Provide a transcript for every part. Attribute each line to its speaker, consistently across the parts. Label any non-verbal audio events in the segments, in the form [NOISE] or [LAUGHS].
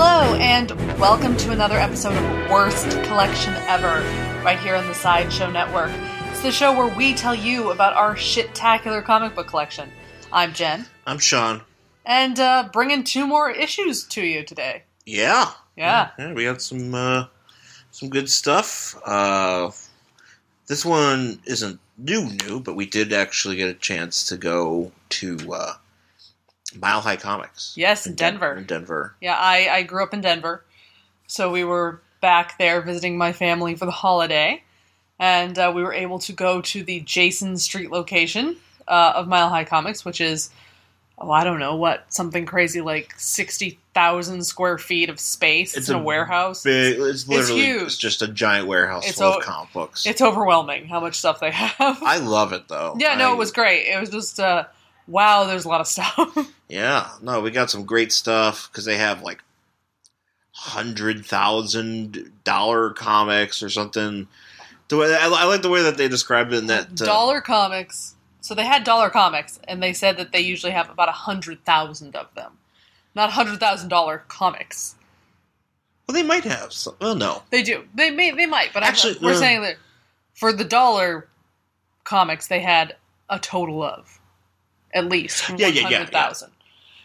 Speaker 1: and welcome to another episode of Worst Collection Ever, right here on the Sideshow Network. It's the show where we tell you about our shit-tacular comic book collection. I'm Jen,
Speaker 2: I'm Sean.
Speaker 1: and uh, bringing two more issues to you today.
Speaker 2: Yeah.
Speaker 1: Yeah.
Speaker 2: Yeah, we got some uh, some good stuff. Uh, this one isn't new new, but we did actually get a chance to go to uh, Mile High Comics.
Speaker 1: Yes,
Speaker 2: In Den-
Speaker 1: Denver.
Speaker 2: In Denver.
Speaker 1: Yeah, I, I grew up in Denver, so we were back there visiting my family for the holiday, and uh, we were able to go to the Jason Street location uh, of Mile High Comics, which is, oh, I don't know what, something crazy like 60,000 square feet of space. It's,
Speaker 2: It's
Speaker 1: in a,
Speaker 2: a
Speaker 1: warehouse.
Speaker 2: Big, it's literally
Speaker 1: huge.
Speaker 2: it's just a giant warehouse
Speaker 1: It's
Speaker 2: full
Speaker 1: all-
Speaker 2: of comic books.
Speaker 1: It's overwhelming how much stuff they [LAUGHS] have.
Speaker 2: I love it though.
Speaker 1: yeah, no,
Speaker 2: I-
Speaker 1: it was great. It was just, uh, wow, there's a lot of stuff. [LAUGHS]
Speaker 2: Yeah, no, we got some great stuff because they have like hundred thousand dollar comics or something. The way I, I like the way that they described it in that uh,
Speaker 1: dollar comics so they had dollar comics and they said that they usually have about a hundred thousand of them not hundred thousand dollar comics
Speaker 2: Well, they might have. Some, well, no,
Speaker 1: they do they may they might but actually
Speaker 2: Actually,
Speaker 1: we're
Speaker 2: no.
Speaker 1: saying that for the dollar comics they had a total of at least
Speaker 2: Yeah, yeah, yeah, yeah.
Speaker 1: 100,000.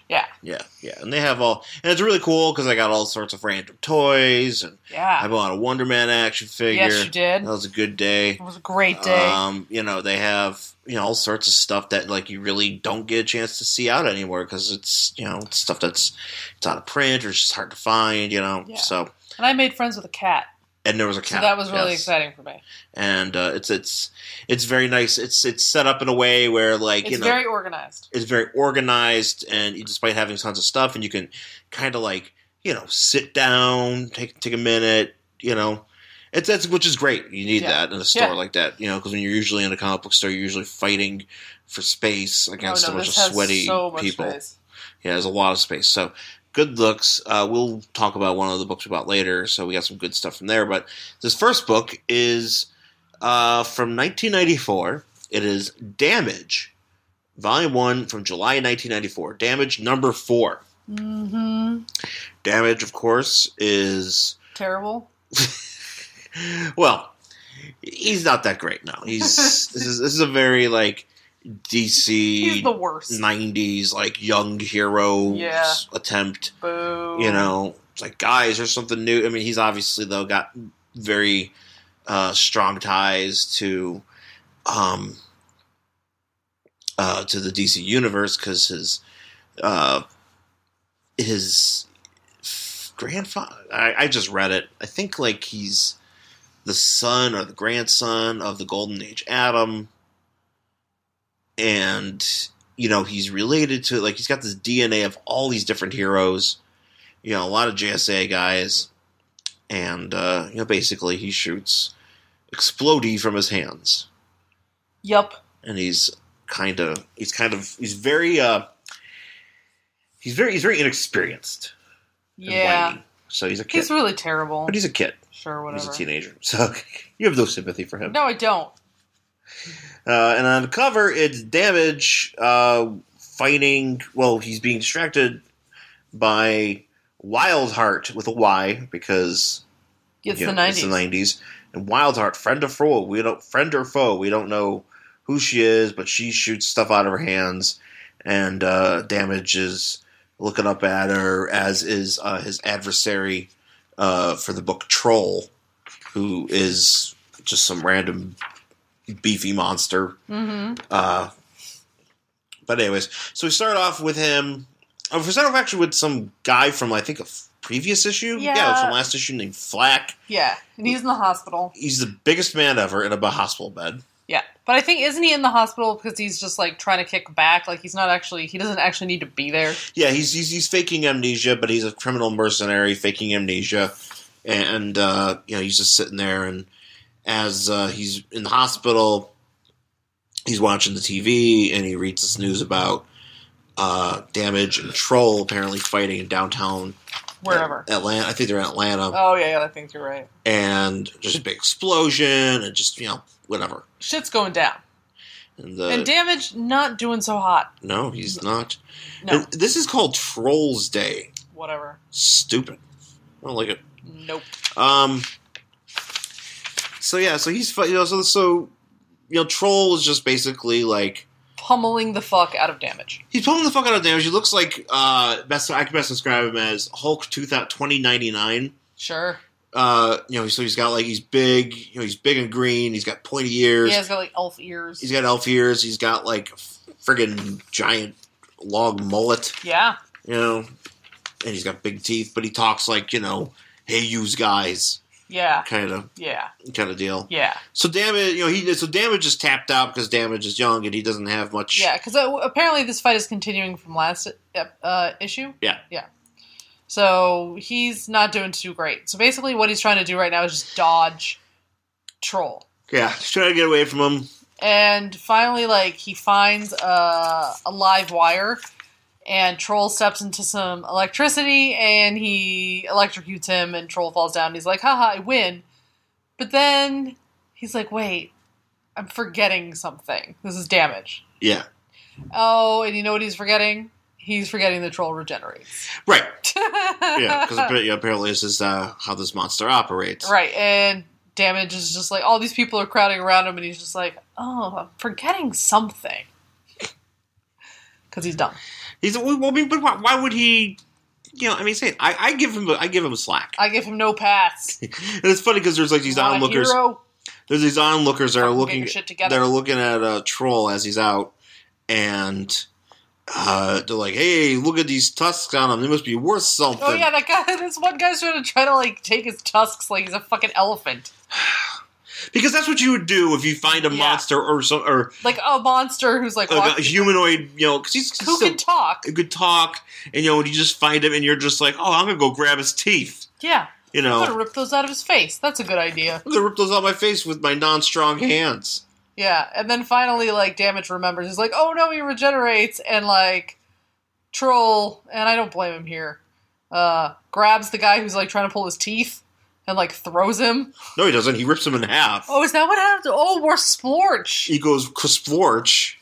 Speaker 2: yeah, yeah, and they have all, and it's really cool because I got all sorts of random toys, and I
Speaker 1: yeah
Speaker 2: bought a Wonder Man action figure.
Speaker 1: yes you did
Speaker 2: That was a good day.
Speaker 1: it was a great day
Speaker 2: Um, you know, they have you know all sorts of stuff that like you really don't get a chance to see out anymore because it's you know it's stuff that's it's out of print or it's just hard to find. You know,
Speaker 1: Yeah.
Speaker 2: so
Speaker 1: and i made friends with a cat
Speaker 2: and there was a
Speaker 1: so
Speaker 2: cat.
Speaker 1: that was really
Speaker 2: yes.
Speaker 1: exciting for me
Speaker 2: And uh, it's it's it's very nice. It's it's set up in a way where like
Speaker 1: it's
Speaker 2: you know
Speaker 1: very organized
Speaker 2: it's very organized, and you- despite having tons of stuff, and you can kind of like you know sit down, take take a minute, you know. It's that's which is great. You need
Speaker 1: Yeah.
Speaker 2: that in a store
Speaker 1: Yeah.
Speaker 2: like that, you know, because when you're usually in a comic book store, you're usually fighting for space against
Speaker 1: oh, no,
Speaker 2: a bunch of
Speaker 1: this has
Speaker 2: sweaty
Speaker 1: so much
Speaker 2: people.
Speaker 1: space.
Speaker 2: Yeah, there's a lot of space. So good looks. Uh, we'll talk about one of the books about later. So we got some good stuff from there. But this first book is uh, from 1994. It is Damage, Volume One from July 1994. Damage number four.
Speaker 1: hmm
Speaker 2: Damage, of course, is
Speaker 1: terrible
Speaker 2: well. He's not that great now.
Speaker 1: [LAUGHS]
Speaker 2: He's this is this is a very like DC
Speaker 1: he's the worst
Speaker 2: 90s like young hero
Speaker 1: Yeah.
Speaker 2: attempt
Speaker 1: Boo.
Speaker 2: you know, it's like guys, there's something new. I mean, he's obviously though got very uh, strong ties to um uh to the DC universe because his uh his grandfather. I, I just read it. I think like he's the son or the grandson of the Golden Age Adam, and you know he's related to like he's got this DNA of all these different heroes you know, a lot of JSA guys, and uh, you know, basically he shoots explodey from his hands,
Speaker 1: Yup.
Speaker 2: and he's kind of he's kind of he's very uh, he's very he's very inexperienced. and
Speaker 1: Yeah.
Speaker 2: whiny. so he's a kid,
Speaker 1: He's really terrible.
Speaker 2: but he's a kid.
Speaker 1: Sure, whatever.
Speaker 2: He's a teenager, [LAUGHS] so you have no sympathy for him.
Speaker 1: No, I don't.
Speaker 2: Uh, and on the cover, it's Damage uh, fighting. Well, he's being distracted by Wildheart with a Y because
Speaker 1: It's
Speaker 2: you
Speaker 1: the
Speaker 2: know, It's
Speaker 1: nineties.
Speaker 2: the nineties. And Wildheart, friend or foe, we don't friend or foe, we don't know who she is, but she shoots stuff out of her hands, and uh, Damage is looking up at her, as is uh, his adversary uh, for the book Troll, who is just some random beefy monster.
Speaker 1: Mm-hmm.
Speaker 2: Uh, but anyways, so we start off with him. Oh, we start off actually with some guy from I think a f- previous issue,
Speaker 1: Yeah.
Speaker 2: from last issue named Flack
Speaker 1: Yeah, and he's in the hospital.
Speaker 2: he's the biggest man ever in a hospital bed.
Speaker 1: Yeah, but I think isn't he in the hospital because he's just like trying to kick back? Like he's not actually. He doesn't actually need to be there.
Speaker 2: Yeah, he's he's, he's faking amnesia, but he's a criminal mercenary faking amnesia, and uh, you know he's just sitting there. And as uh, he's in the hospital, he's watching the TV and he reads this news about uh, damage and troll apparently fighting in downtown
Speaker 1: Wherever.
Speaker 2: Atlanta. I think they're in Atlanta,
Speaker 1: Oh yeah, yeah. I think you're right.
Speaker 2: and just a big explosion and just you know whatever.
Speaker 1: Shit's going down,
Speaker 2: And, uh,
Speaker 1: and damage not doing so hot.
Speaker 2: no, he's not.
Speaker 1: No,
Speaker 2: And this is called Trolls Day.
Speaker 1: whatever.
Speaker 2: Stupid. I don't like it.
Speaker 1: Nope.
Speaker 2: Um. So yeah, so he's fu- you know so so you know troll is just basically like
Speaker 1: Pummeling the fuck out of damage.
Speaker 2: he's pulling the fuck out of damage. He looks like uh best I can best describe him as Hulk 2000 2099.
Speaker 1: Sure.
Speaker 2: Uh, you know, so he's got like he's big, you know, he's big and green. He's got pointy ears.
Speaker 1: Yeah, he's got like elf ears.
Speaker 2: He's got elf ears. He's got like a friggin' giant log mullet,
Speaker 1: yeah.
Speaker 2: you know, and he's got big teeth. But he talks like you know, hey, use guys,
Speaker 1: Yeah.
Speaker 2: kind of
Speaker 1: Yeah.
Speaker 2: kind of deal.
Speaker 1: Yeah.
Speaker 2: So damage, you know, he so damage is tapped out because damage is young and he doesn't have much.
Speaker 1: Yeah, because uh, apparently this fight is continuing from last uh, uh, issue.
Speaker 2: Yeah.
Speaker 1: Yeah. So he's not doing too great. So basically, what he's trying to do right now is just dodge troll.
Speaker 2: yeah. He's trying to get away from him.
Speaker 1: And finally, like, he finds uh, a live wire, and Troll steps into some electricity, and he electrocutes him, and Troll falls down. And he's like, haha, I win. But then he's like, wait, I'm forgetting something. This is damage.
Speaker 2: Yeah,
Speaker 1: Oh, and you know what he's forgetting? He's forgetting the troll regenerates.
Speaker 2: right. [LAUGHS] Yeah,
Speaker 1: [LAUGHS]
Speaker 2: because apparently this is uh, how this monster operates.
Speaker 1: right, and damage is just like all these people are crowding around him, and he's just like, "Oh, I'm forgetting something," because he's dumb.
Speaker 2: He's well, I mean, but why, why would he? You know, I mean, say I, I give him I give him slack. [LAUGHS]
Speaker 1: I give him no pass.
Speaker 2: and it's funny because there's like [LAUGHS] these
Speaker 1: Not a
Speaker 2: onlookers.
Speaker 1: hero.
Speaker 2: There's these onlookers that are
Speaker 1: Fucking get
Speaker 2: looking
Speaker 1: your shit together.
Speaker 2: they're looking at a troll as he's out, and uh, they're like, "Hey, look at these tusks on him. They must be worth something."
Speaker 1: Oh yeah, that guy. [LAUGHS] This one guy's trying to try to like take his tusks like he's a fucking elephant,
Speaker 2: Because that's what you would do if you find a
Speaker 1: Yeah.
Speaker 2: monster or some or
Speaker 1: like a monster who's like,
Speaker 2: a, a
Speaker 1: walking-
Speaker 2: humanoid. You know, because he's,
Speaker 1: who
Speaker 2: still
Speaker 1: can talk?
Speaker 2: a good talk, and you know, you just find him, and you're just like, "Oh, I'm gonna go grab his teeth."
Speaker 1: Yeah,
Speaker 2: You
Speaker 1: I'm
Speaker 2: know,
Speaker 1: gonna rip those out of his face. That's a good idea.
Speaker 2: I'm gonna rip those out of my face with my non-strong hands.
Speaker 1: Yeah, and then finally, like, Damage remembers. He's like, oh no, he regenerates, and, like, Troll, and I don't blame him here, uh, grabs the guy who's, like, trying to pull his teeth and, like, throws him.
Speaker 2: No, he doesn't. He rips him in half.
Speaker 1: Oh, is that what happened? Oh, we're Splorch!
Speaker 2: He goes Kasplorch,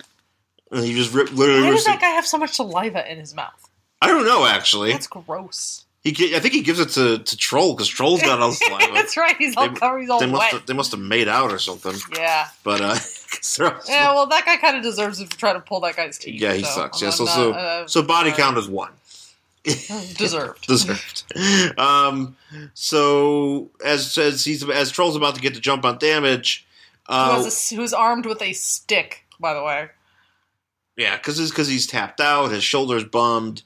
Speaker 2: and he just rip literally.
Speaker 1: Why
Speaker 2: Rips
Speaker 1: does that
Speaker 2: it.
Speaker 1: guy have so much saliva in his mouth?
Speaker 2: I don't know actually.
Speaker 1: That's gross.
Speaker 2: He gi- I think he gives it to to Troll because Troll's
Speaker 1: [LAUGHS]
Speaker 2: got all the saliva.
Speaker 1: That's right, he's all
Speaker 2: They-
Speaker 1: covered, he's all
Speaker 2: they must
Speaker 1: wet.
Speaker 2: have, they must have made out or something.
Speaker 1: Yeah.
Speaker 2: But uh, [LAUGHS] 'cause they're all-
Speaker 1: Yeah, well, that guy kind of deserves it for trying to pull that guy's teeth.
Speaker 2: yeah, he
Speaker 1: so
Speaker 2: sucks.
Speaker 1: I'm
Speaker 2: Yeah, so
Speaker 1: not-
Speaker 2: so,
Speaker 1: uh,
Speaker 2: so body
Speaker 1: uh,
Speaker 2: count is one
Speaker 1: [LAUGHS] Deserved.
Speaker 2: [LAUGHS] deserved. um, so as as he's as Troll's about to get the jump on damage.
Speaker 1: Who
Speaker 2: Uh,
Speaker 1: has a s- who's armed with a stick, by the way.
Speaker 2: yeah, because because he's tapped out, his shoulders bummed.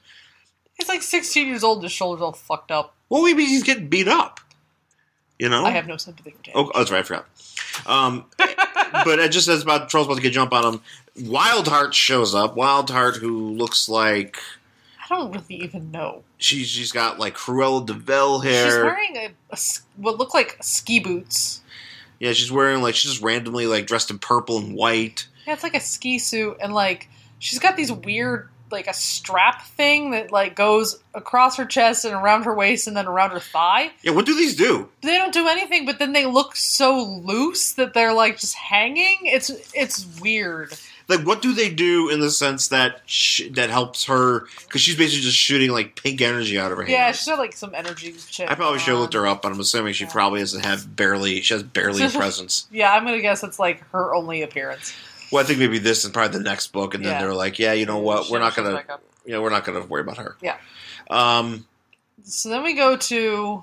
Speaker 1: He's like 16 years old. His shoulders all fucked up.
Speaker 2: Well, maybe he's getting beat up. You know,
Speaker 1: I have no sympathy for Daniel.
Speaker 2: Oh, that's right. I forgot. Um, [LAUGHS] but it just says about Troll's about to get a jump on him. Wildheart shows up. Wildheart, who looks like
Speaker 1: I don't really even know.
Speaker 2: she, she's got like Cruella Deville hair.
Speaker 1: She's wearing a, a s- what look like ski boots.
Speaker 2: yeah, she's wearing like she's just randomly like dressed in purple and white.
Speaker 1: Yeah, it's like a ski suit, and like she's got these weird like a strap thing that like goes across her chest and around her waist and then around her thigh.
Speaker 2: Yeah, what do these do?
Speaker 1: They don't do anything, but then they look so loose that they're like just hanging. It's it's weird.
Speaker 2: Like, what do they do in the sense that sh- that helps her? Because she's basically just shooting like pink energy out of her
Speaker 1: Yeah,
Speaker 2: hands.
Speaker 1: she's got like some energy shit.
Speaker 2: I probably should have looked
Speaker 1: on.
Speaker 2: her up, but I'm assuming she
Speaker 1: Yeah.
Speaker 2: probably doesn't have barely. She has barely
Speaker 1: [LAUGHS]
Speaker 2: a presence.
Speaker 1: Yeah, I'm gonna guess it's like her only appearance.
Speaker 2: Well, I think maybe this and probably the next book, and then
Speaker 1: Yeah.
Speaker 2: they're like, "Yeah, you know what? We're
Speaker 1: Shit,
Speaker 2: not
Speaker 1: she's
Speaker 2: gonna,
Speaker 1: back up.
Speaker 2: you know, we're not gonna worry about her."
Speaker 1: Yeah.
Speaker 2: Um.
Speaker 1: So then we go to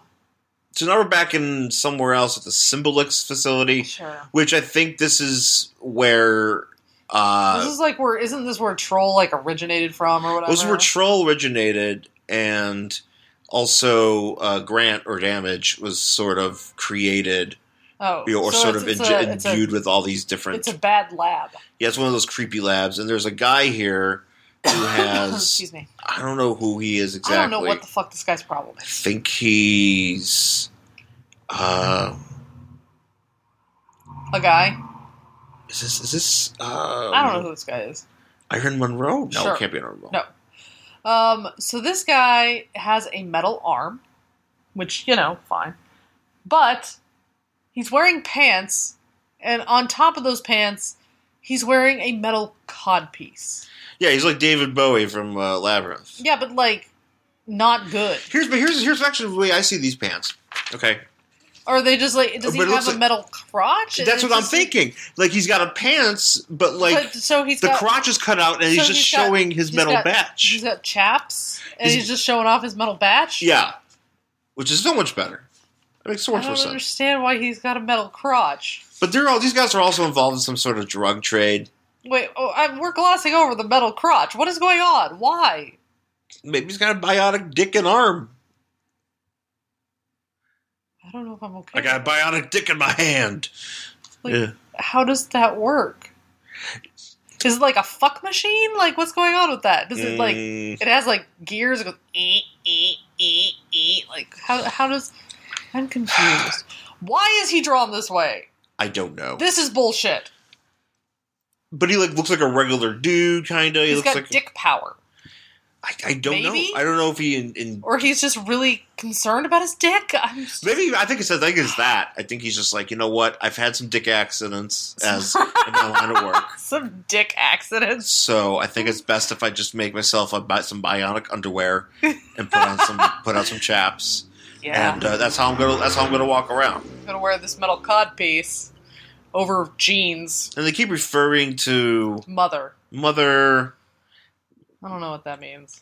Speaker 2: So now we're back in somewhere else at the Symbolix facility,
Speaker 1: sure.
Speaker 2: which I think this is where
Speaker 1: this
Speaker 2: uh,
Speaker 1: is like where isn't this where troll like originated from or whatever?
Speaker 2: this is where Troll originated, and also uh, Grant or Damage was sort of created,
Speaker 1: oh,
Speaker 2: you know, or
Speaker 1: so
Speaker 2: sort
Speaker 1: it's-
Speaker 2: of
Speaker 1: it's
Speaker 2: inje-
Speaker 1: a- it's a-
Speaker 2: imbued with all these different.
Speaker 1: It's a bad lab.
Speaker 2: yeah, it's one of those creepy labs, and there's a guy here
Speaker 1: [COUGHS]
Speaker 2: who [LAUGHS] has
Speaker 1: Excuse me.
Speaker 2: I don't know who he is exactly.
Speaker 1: I don't know what the fuck this guy's problem
Speaker 2: I
Speaker 1: is.
Speaker 2: think he's. Uh,
Speaker 1: A guy.
Speaker 2: is this is this? Um,
Speaker 1: I don't know who this guy is.
Speaker 2: Iron Monroe? No,
Speaker 1: Sure.
Speaker 2: it can't be Iron Monroe.
Speaker 1: No. Um, so this guy has a metal arm, which you know, fine, but he's wearing pants, and on top of those pants, he's wearing a metal codpiece.
Speaker 2: Yeah, he's like David Bowie from uh, Labyrinth.
Speaker 1: Yeah, but like not good.
Speaker 2: Here's but here's here's actually the way I see these pants. Okay,
Speaker 1: Or they just like does he
Speaker 2: But it
Speaker 1: have
Speaker 2: looks
Speaker 1: a
Speaker 2: like-
Speaker 1: metal crotch? And
Speaker 2: that's
Speaker 1: it's
Speaker 2: what I'm
Speaker 1: just, like-
Speaker 2: thinking. Like he's got a pants, but like
Speaker 1: but, so he's
Speaker 2: the
Speaker 1: got,
Speaker 2: crotch is cut out, and he's
Speaker 1: so
Speaker 2: just
Speaker 1: he's got-
Speaker 2: showing his
Speaker 1: he's
Speaker 2: metal
Speaker 1: got-
Speaker 2: batch.
Speaker 1: He's got chaps, and
Speaker 2: He's-
Speaker 1: he's, just showing off his metal batch.
Speaker 2: Yeah, which is so much better. That makes so
Speaker 1: I
Speaker 2: much more
Speaker 1: don't
Speaker 2: sense.
Speaker 1: understand why he's got a metal crotch.
Speaker 2: But they're all these guys are also involved in some sort of drug trade.
Speaker 1: Wait, oh, I, we're glossing over the metal crotch. What is going on? Why?
Speaker 2: Maybe he's got a biotic dick and arm.
Speaker 1: I don't know if I'm okay.
Speaker 2: I got a
Speaker 1: with that.
Speaker 2: biotic dick in my hand.
Speaker 1: Like,
Speaker 2: yeah.
Speaker 1: How does that work? Is it like a fuck machine? Like, what's going on with that? Does it like
Speaker 2: Mm,
Speaker 1: it has like gears? It goes ee ee ee ee. Like, how how does? I'm confused. Why is he drawn this way?
Speaker 2: I don't know.
Speaker 1: This is bullshit.
Speaker 2: But he like looks like a regular dude, kind of. He
Speaker 1: He's
Speaker 2: looks
Speaker 1: got
Speaker 2: like
Speaker 1: dick power,
Speaker 2: I, I don't
Speaker 1: Maybe?
Speaker 2: know. I don't know if he in, in
Speaker 1: or he's just really concerned about his dick. [LAUGHS] I'm just,
Speaker 2: maybe. I think it's I think it's that. I think he's just like you know what. I've had some dick accidents
Speaker 1: [LAUGHS]
Speaker 2: as in my line of work.
Speaker 1: some dick accidents.
Speaker 2: So I think it's best if I just make myself a, bi- some bionic underwear and put
Speaker 1: [LAUGHS]
Speaker 2: on some put on some chaps,
Speaker 1: Yeah,
Speaker 2: and uh, that's how I'm gonna that's how I'm gonna walk around.
Speaker 1: I'm gonna wear this metal cod piece over jeans.
Speaker 2: And they keep referring to
Speaker 1: Mother,
Speaker 2: mother.
Speaker 1: I don't know what that means.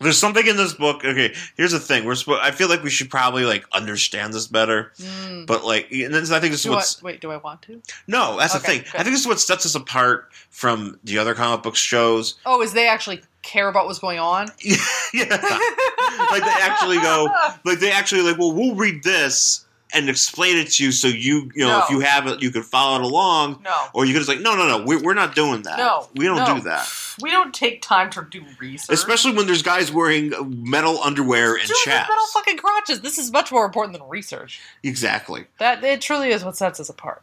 Speaker 2: There's something in this book. Okay, here's the thing. We're supposed. I feel like we should probably like understand this better.
Speaker 1: Mm.
Speaker 2: But like, and this, I think this is
Speaker 1: Do I,
Speaker 2: what's
Speaker 1: wait, do I want to?
Speaker 2: no. That's the
Speaker 1: Okay,
Speaker 2: thing.
Speaker 1: good.
Speaker 2: I think this is what sets us apart from the other comic book shows. [LAUGHS]
Speaker 1: Oh, is they actually care about what's going on?
Speaker 2: yeah, [LAUGHS] like they actually go. Like they actually like. Well, we'll read this and explain it to you, so you you know
Speaker 1: No.
Speaker 2: if you have it, you can follow it along,
Speaker 1: [LAUGHS] No,
Speaker 2: or you can just like, no, no, no, we're, we're not doing that.
Speaker 1: No,
Speaker 2: we don't
Speaker 1: no.
Speaker 2: do that.
Speaker 1: we don't take time to do research.
Speaker 2: Especially when there's guys wearing metal underwear and
Speaker 1: Dude, these
Speaker 2: chaps.
Speaker 1: metal fucking crotches. This is much more important than research.
Speaker 2: exactly.
Speaker 1: That it truly is what sets us apart.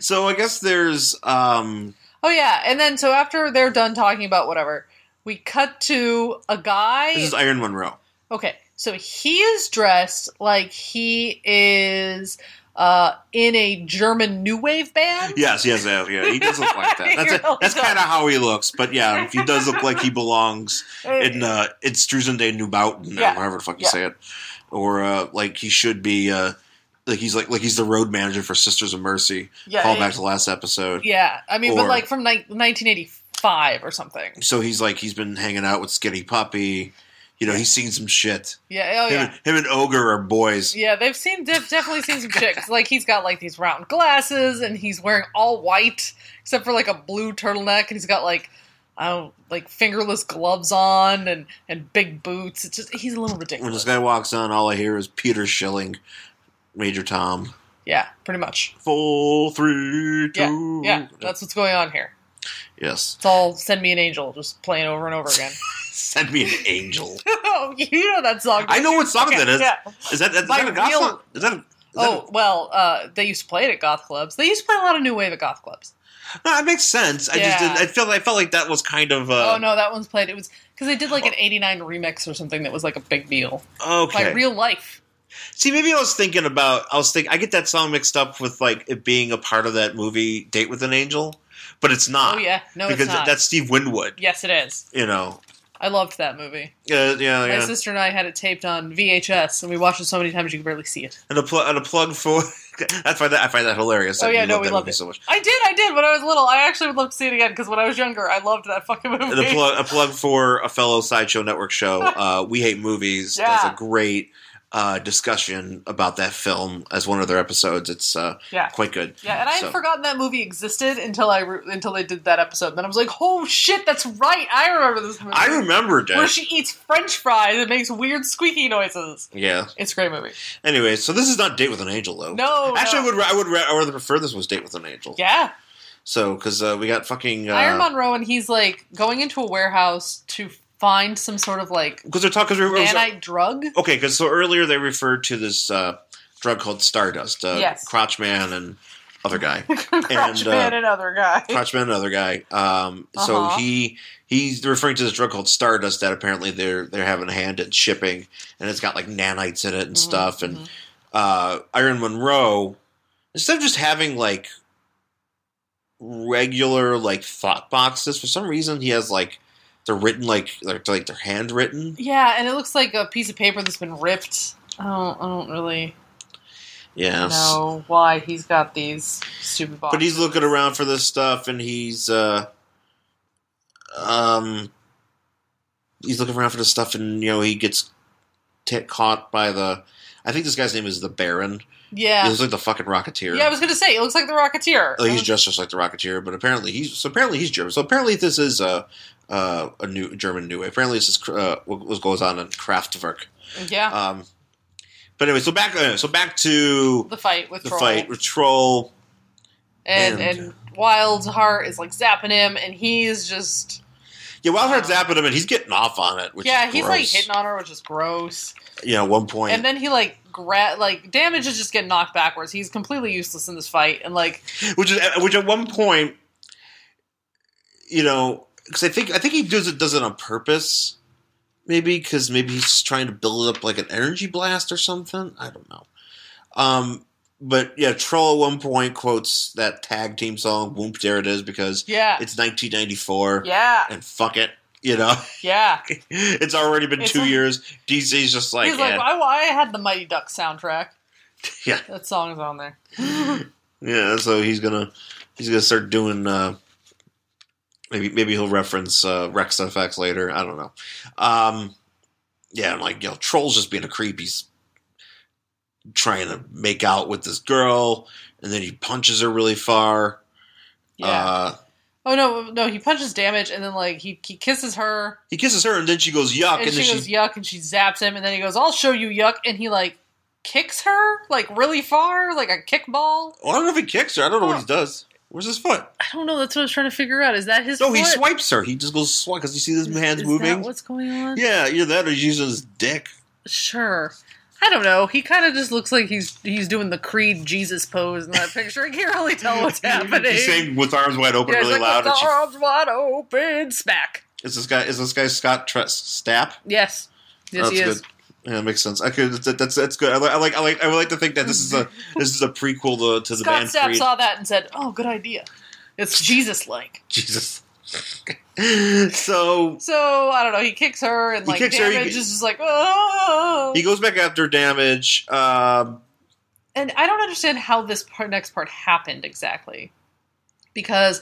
Speaker 2: so I guess there's um
Speaker 1: Oh yeah, and then so after they're done talking about whatever, we cut to a guy.
Speaker 2: this is Iron Monroe.
Speaker 1: okay, so he is dressed like he is uh, in a German new wave band.
Speaker 2: Yes, yes, yes, yeah. He does look like
Speaker 1: [LAUGHS]
Speaker 2: that. That's
Speaker 1: He really
Speaker 2: that's
Speaker 1: does.
Speaker 2: kind of how he looks. But yeah, he does look like he belongs in uh, in Struzende New Boughton,
Speaker 1: Yeah.
Speaker 2: or however the fuck you
Speaker 1: Yeah.
Speaker 2: say it, or uh, like he should be. Uh, like he's like like he's the road manager for Sisters of Mercy.
Speaker 1: yeah,
Speaker 2: Call back to last episode.
Speaker 1: yeah. I mean, but
Speaker 2: Or-
Speaker 1: like from ni- 1985 or something.
Speaker 2: So he's like he's been hanging out with Skinny Puppy. You know he's seen some shit.
Speaker 1: Yeah, oh
Speaker 2: him,
Speaker 1: yeah.
Speaker 2: and, him and Ogre are boys.
Speaker 1: Yeah, they've seen they've definitely seen some chicks. Like he's got like these round glasses, and he's wearing all white except for like a blue turtleneck, and he's got like I don't like fingerless gloves on and and big boots. It's just he's a little
Speaker 2: When this
Speaker 1: ridiculous.
Speaker 2: guy walks on, all I hear is Peter Schilling, Major Tom.
Speaker 1: Yeah, pretty much.
Speaker 2: Four, three, two.
Speaker 1: Yeah, that's what's going on here.
Speaker 2: yes.
Speaker 1: It's all "Send Me an Angel" just playing over and over
Speaker 2: [LAUGHS]
Speaker 1: again. [LAUGHS]
Speaker 2: Send me an angel.
Speaker 1: oh, you know that song?
Speaker 2: I know what song
Speaker 1: Okay,
Speaker 2: that is.
Speaker 1: yeah.
Speaker 2: Is that, is
Speaker 1: My
Speaker 2: that a goth
Speaker 1: real-
Speaker 2: song? Is that? A, is
Speaker 1: Oh well, uh, they used to play it at goth clubs. They used to play a lot of new wave at goth clubs.
Speaker 2: that, no, that makes sense. I just
Speaker 1: Yeah.
Speaker 2: didn't, I felt I felt like that was kind of uh, Oh.
Speaker 1: oh no, that one's played. It was because they did like an '89 remix or something that was like a big deal.
Speaker 2: okay.
Speaker 1: Like real life.
Speaker 2: See, maybe I was thinking about I was think I get that song mixed up with like it being a part of that movie Date with an Angel, but it's not.
Speaker 1: oh yeah, no,
Speaker 2: Ah, because
Speaker 1: it's not.
Speaker 2: that's Steve Winwood.
Speaker 1: yes, it is.
Speaker 2: You know.
Speaker 1: I loved that movie.
Speaker 2: Yeah, yeah,
Speaker 1: My
Speaker 2: Oh, yeah.
Speaker 1: sister and I had it taped on VHS, and we watched it so many times you could barely see it.
Speaker 2: And a plug and a plug for. [LAUGHS] I find that I find that hilarious.
Speaker 1: Oh,
Speaker 2: that
Speaker 1: yeah,
Speaker 2: you
Speaker 1: no,
Speaker 2: love
Speaker 1: we
Speaker 2: that
Speaker 1: love
Speaker 2: movie
Speaker 1: it.
Speaker 2: so much.
Speaker 1: I did, I did when I was little. I actually would love to see it again because when I was younger, I loved that fucking movie.
Speaker 2: And a, plug, a plug for a fellow Sideshow
Speaker 1: [LAUGHS]
Speaker 2: Network show, uh, We Hate Movies, does
Speaker 1: Yeah.
Speaker 2: a great uh, discussion about that film as one of their episodes. It's uh,
Speaker 1: yeah.
Speaker 2: quite good.
Speaker 1: [LAUGHS] Yeah, and I had
Speaker 2: So-
Speaker 1: forgotten that movie existed until I re- until they did that episode. Then I was like, "Oh shit, that's right! I remember this movie."
Speaker 2: I remembered
Speaker 1: where
Speaker 2: it.
Speaker 1: she eats French fries and makes weird squeaky noises.
Speaker 2: Yeah.
Speaker 1: It's a great movie.
Speaker 2: Anyway, so this is not Date with an Angel, though.
Speaker 1: No, no.
Speaker 2: Actually, I would ra- I would ra- I would prefer this was Date with an Angel.
Speaker 1: yeah,
Speaker 2: So because uh, we got fucking
Speaker 1: Iron
Speaker 2: because
Speaker 1: Monroe, and he's like going into a warehouse to find some sort of like
Speaker 2: they're talking
Speaker 1: nanite [LAUGHS] drug.
Speaker 2: okay because so earlier they referred to this uh, drug called Stardust, uh,
Speaker 1: Yes.
Speaker 2: Crotch Man and other guy.
Speaker 1: Crotch
Speaker 2: uh,
Speaker 1: man and other guy.
Speaker 2: Crotchman, another guy. Um, So
Speaker 1: Uh-huh.
Speaker 2: he he's referring to this drug called Stardust that apparently they're they're having a hand at shipping, and it's got like nanites in it and
Speaker 1: Mhm,
Speaker 2: stuff. And
Speaker 1: mhm.
Speaker 2: uh, Iron Monroe, instead of just having like regular like thought boxes, for some reason he has like they're written like they're like they're handwritten.
Speaker 1: Yeah, and it looks like a piece of paper that's been ripped. I don't, I don't really
Speaker 2: Yeah.
Speaker 1: know why he's got these stupid boxes.
Speaker 2: But he's looking around for this stuff, and he's uh, um, he's looking around for this stuff, and you know he gets t- caught by the. I think this guy's name is the Baron. He
Speaker 1: Yeah.
Speaker 2: looks like the fucking Rocketeer.
Speaker 1: Yeah, I was gonna say it looks like the Rocketeer.
Speaker 2: Oh, he's dressed just like the Rocketeer, but apparently he's so apparently he's German. So apparently this is a uh, a new German new wave. Apparently this is uh, what what goes on in Kraftwerk.
Speaker 1: yeah,
Speaker 2: Um, but anyway, so back uh, so back to
Speaker 1: the fight with
Speaker 2: the
Speaker 1: Troll.
Speaker 2: fight with Troll.
Speaker 1: and
Speaker 2: and-
Speaker 1: and Wild's heart is like zapping him, and he's just
Speaker 2: Yeah, Wildheart's zapping him, and he's getting off on it. Which
Speaker 1: Ah. yeah,
Speaker 2: is
Speaker 1: he's like
Speaker 2: gross.
Speaker 1: hitting on her, which is gross.
Speaker 2: you know, at one point.
Speaker 1: And then he like gra- like damage is just getting knocked backwards. He's completely useless in this fight, and like
Speaker 2: which is which at one point, you know, because I think I think he does it does it on purpose, maybe because maybe he's just trying to build up like an energy blast or something. I don't know. Um, but yeah, Troll at one point quotes that tag team song "Whoop There It Is" because
Speaker 1: yeah,
Speaker 2: it's 1994
Speaker 1: yeah,
Speaker 2: and fuck it, you know, [LAUGHS]
Speaker 1: yeah.
Speaker 2: it's already been
Speaker 1: It's
Speaker 2: two
Speaker 1: like-
Speaker 2: years. DC's just like,
Speaker 1: He's like,
Speaker 2: eh.
Speaker 1: I, I had the Mighty Duck soundtrack.
Speaker 2: [LAUGHS] Yeah.
Speaker 1: that song is on there.
Speaker 2: Yeah, so he's gonna he's gonna start doing uh maybe maybe he'll reference uh Rex FX later. I don't know. Um yeah, I'm like, you know, Troll's just being a creep. He's trying to make out with this girl, and then he punches her really far.
Speaker 1: Yeah.
Speaker 2: Uh
Speaker 1: oh no, no. He punches damage, and then like he, he kisses her,
Speaker 2: he kisses her and then she goes yuck
Speaker 1: and,
Speaker 2: and, then
Speaker 1: she
Speaker 2: she,
Speaker 1: goes yuck, and she zaps him, and then he goes, "I'll show you yuck," and he like kicks her like really far, like a kickball.
Speaker 2: Well, I don't know if he kicks her, I don't know what he does. Where's his foot?
Speaker 1: I don't know. That's what I was trying to figure out. Is that his?
Speaker 2: No, he
Speaker 1: foot?
Speaker 2: swipes her. He just goes swipe because you see his
Speaker 1: Is-
Speaker 2: hands
Speaker 1: is That
Speaker 2: moving.
Speaker 1: what's going on?
Speaker 2: yeah, either that or he's using his dick.
Speaker 1: Sure. I don't know. He kind of just looks like he's he's doing the Creed Jesus pose in that picture. I can't really tell
Speaker 2: [LAUGHS]
Speaker 1: what's happening.
Speaker 2: He's saying with arms wide open
Speaker 1: Yeah, he's
Speaker 2: really
Speaker 1: like,
Speaker 2: loud. And
Speaker 1: With
Speaker 2: she,
Speaker 1: arms wide open, smack.
Speaker 2: is this guy? Is this guy Scott Tre- Stapp?
Speaker 1: Yes, yes, he is.
Speaker 2: good. Yeah, that makes sense. I could. That, that's that's good. I, li- I like. I like. I would like to think that this
Speaker 1: [LAUGHS]
Speaker 2: is a this is a prequel to, to the
Speaker 1: Scott
Speaker 2: band
Speaker 1: Stapp
Speaker 2: Creed.
Speaker 1: saw that and said, "Oh, good idea. It's Jesus like."
Speaker 2: Jesus. [LAUGHS] so
Speaker 1: So I don't know. He kicks her and
Speaker 2: He
Speaker 1: like
Speaker 2: kicks her, he
Speaker 1: damage
Speaker 2: g-
Speaker 1: is just like oh.
Speaker 2: he goes back after damage. Um,
Speaker 1: and I don't understand how this part, next part happened exactly, because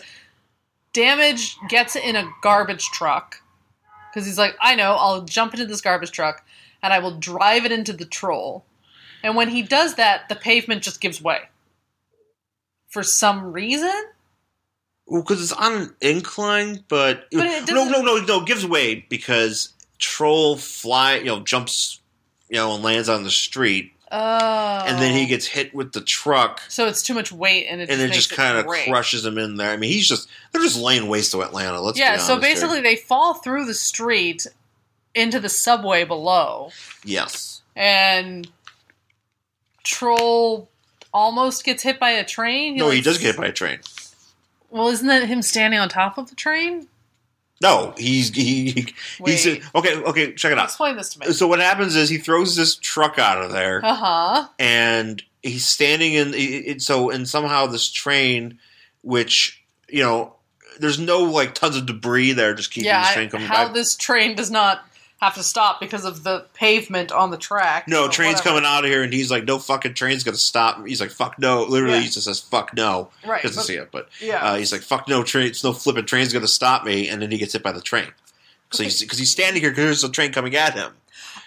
Speaker 1: Damage gets in a garbage truck because he's like, I know, I'll jump into this garbage truck and I will drive it into the troll. And when he does that, the pavement just gives way for some reason.
Speaker 2: because it's on an incline, but,
Speaker 1: But it
Speaker 2: no,
Speaker 1: doesn't-
Speaker 2: no, no, no. it Gives way because troll fly. You know, jumps. You know, and lands on the street,
Speaker 1: Oh,
Speaker 2: and then he gets hit with the truck.
Speaker 1: so it's too much weight and it
Speaker 2: and
Speaker 1: just
Speaker 2: it just kind of crushes him in there. I mean, he's just they're just laying waste to Atlanta. Let's
Speaker 1: yeah.
Speaker 2: Be
Speaker 1: So
Speaker 2: honest here.
Speaker 1: basically, they fall through the street into the subway below.
Speaker 2: yes,
Speaker 1: and troll almost gets hit by a train.
Speaker 2: no, he
Speaker 1: like-
Speaker 2: does get hit by a train.
Speaker 1: Well, isn't that him standing on top of the train?
Speaker 2: No, he's he he,
Speaker 1: Wait,
Speaker 2: he's okay. Okay, check it out.
Speaker 1: explain this to me.
Speaker 2: So what happens is he throws this truck out of there,
Speaker 1: Uh huh.
Speaker 2: and he's standing in. It, it- so and somehow this train, which you know, there's no like tons of debris there, just keeping
Speaker 1: Yeah.
Speaker 2: this
Speaker 1: I,
Speaker 2: train coming
Speaker 1: how
Speaker 2: back.
Speaker 1: this train does not have to stop because of the pavement on the track.
Speaker 2: no,
Speaker 1: but
Speaker 2: train's
Speaker 1: whatever.
Speaker 2: coming out of here, and he's like, "No fucking train's gonna stop." He's like, "Fuck no!" Literally,
Speaker 1: Yeah.
Speaker 2: he just says, "Fuck no."
Speaker 1: Right.
Speaker 2: Doesn't
Speaker 1: but-
Speaker 2: see it, but
Speaker 1: yeah.
Speaker 2: Uh, he's like, "Fuck no, train! It's no flipping train's gonna stop me!" And then he gets hit by the train. So he's because he's standing here because there's a train coming at him,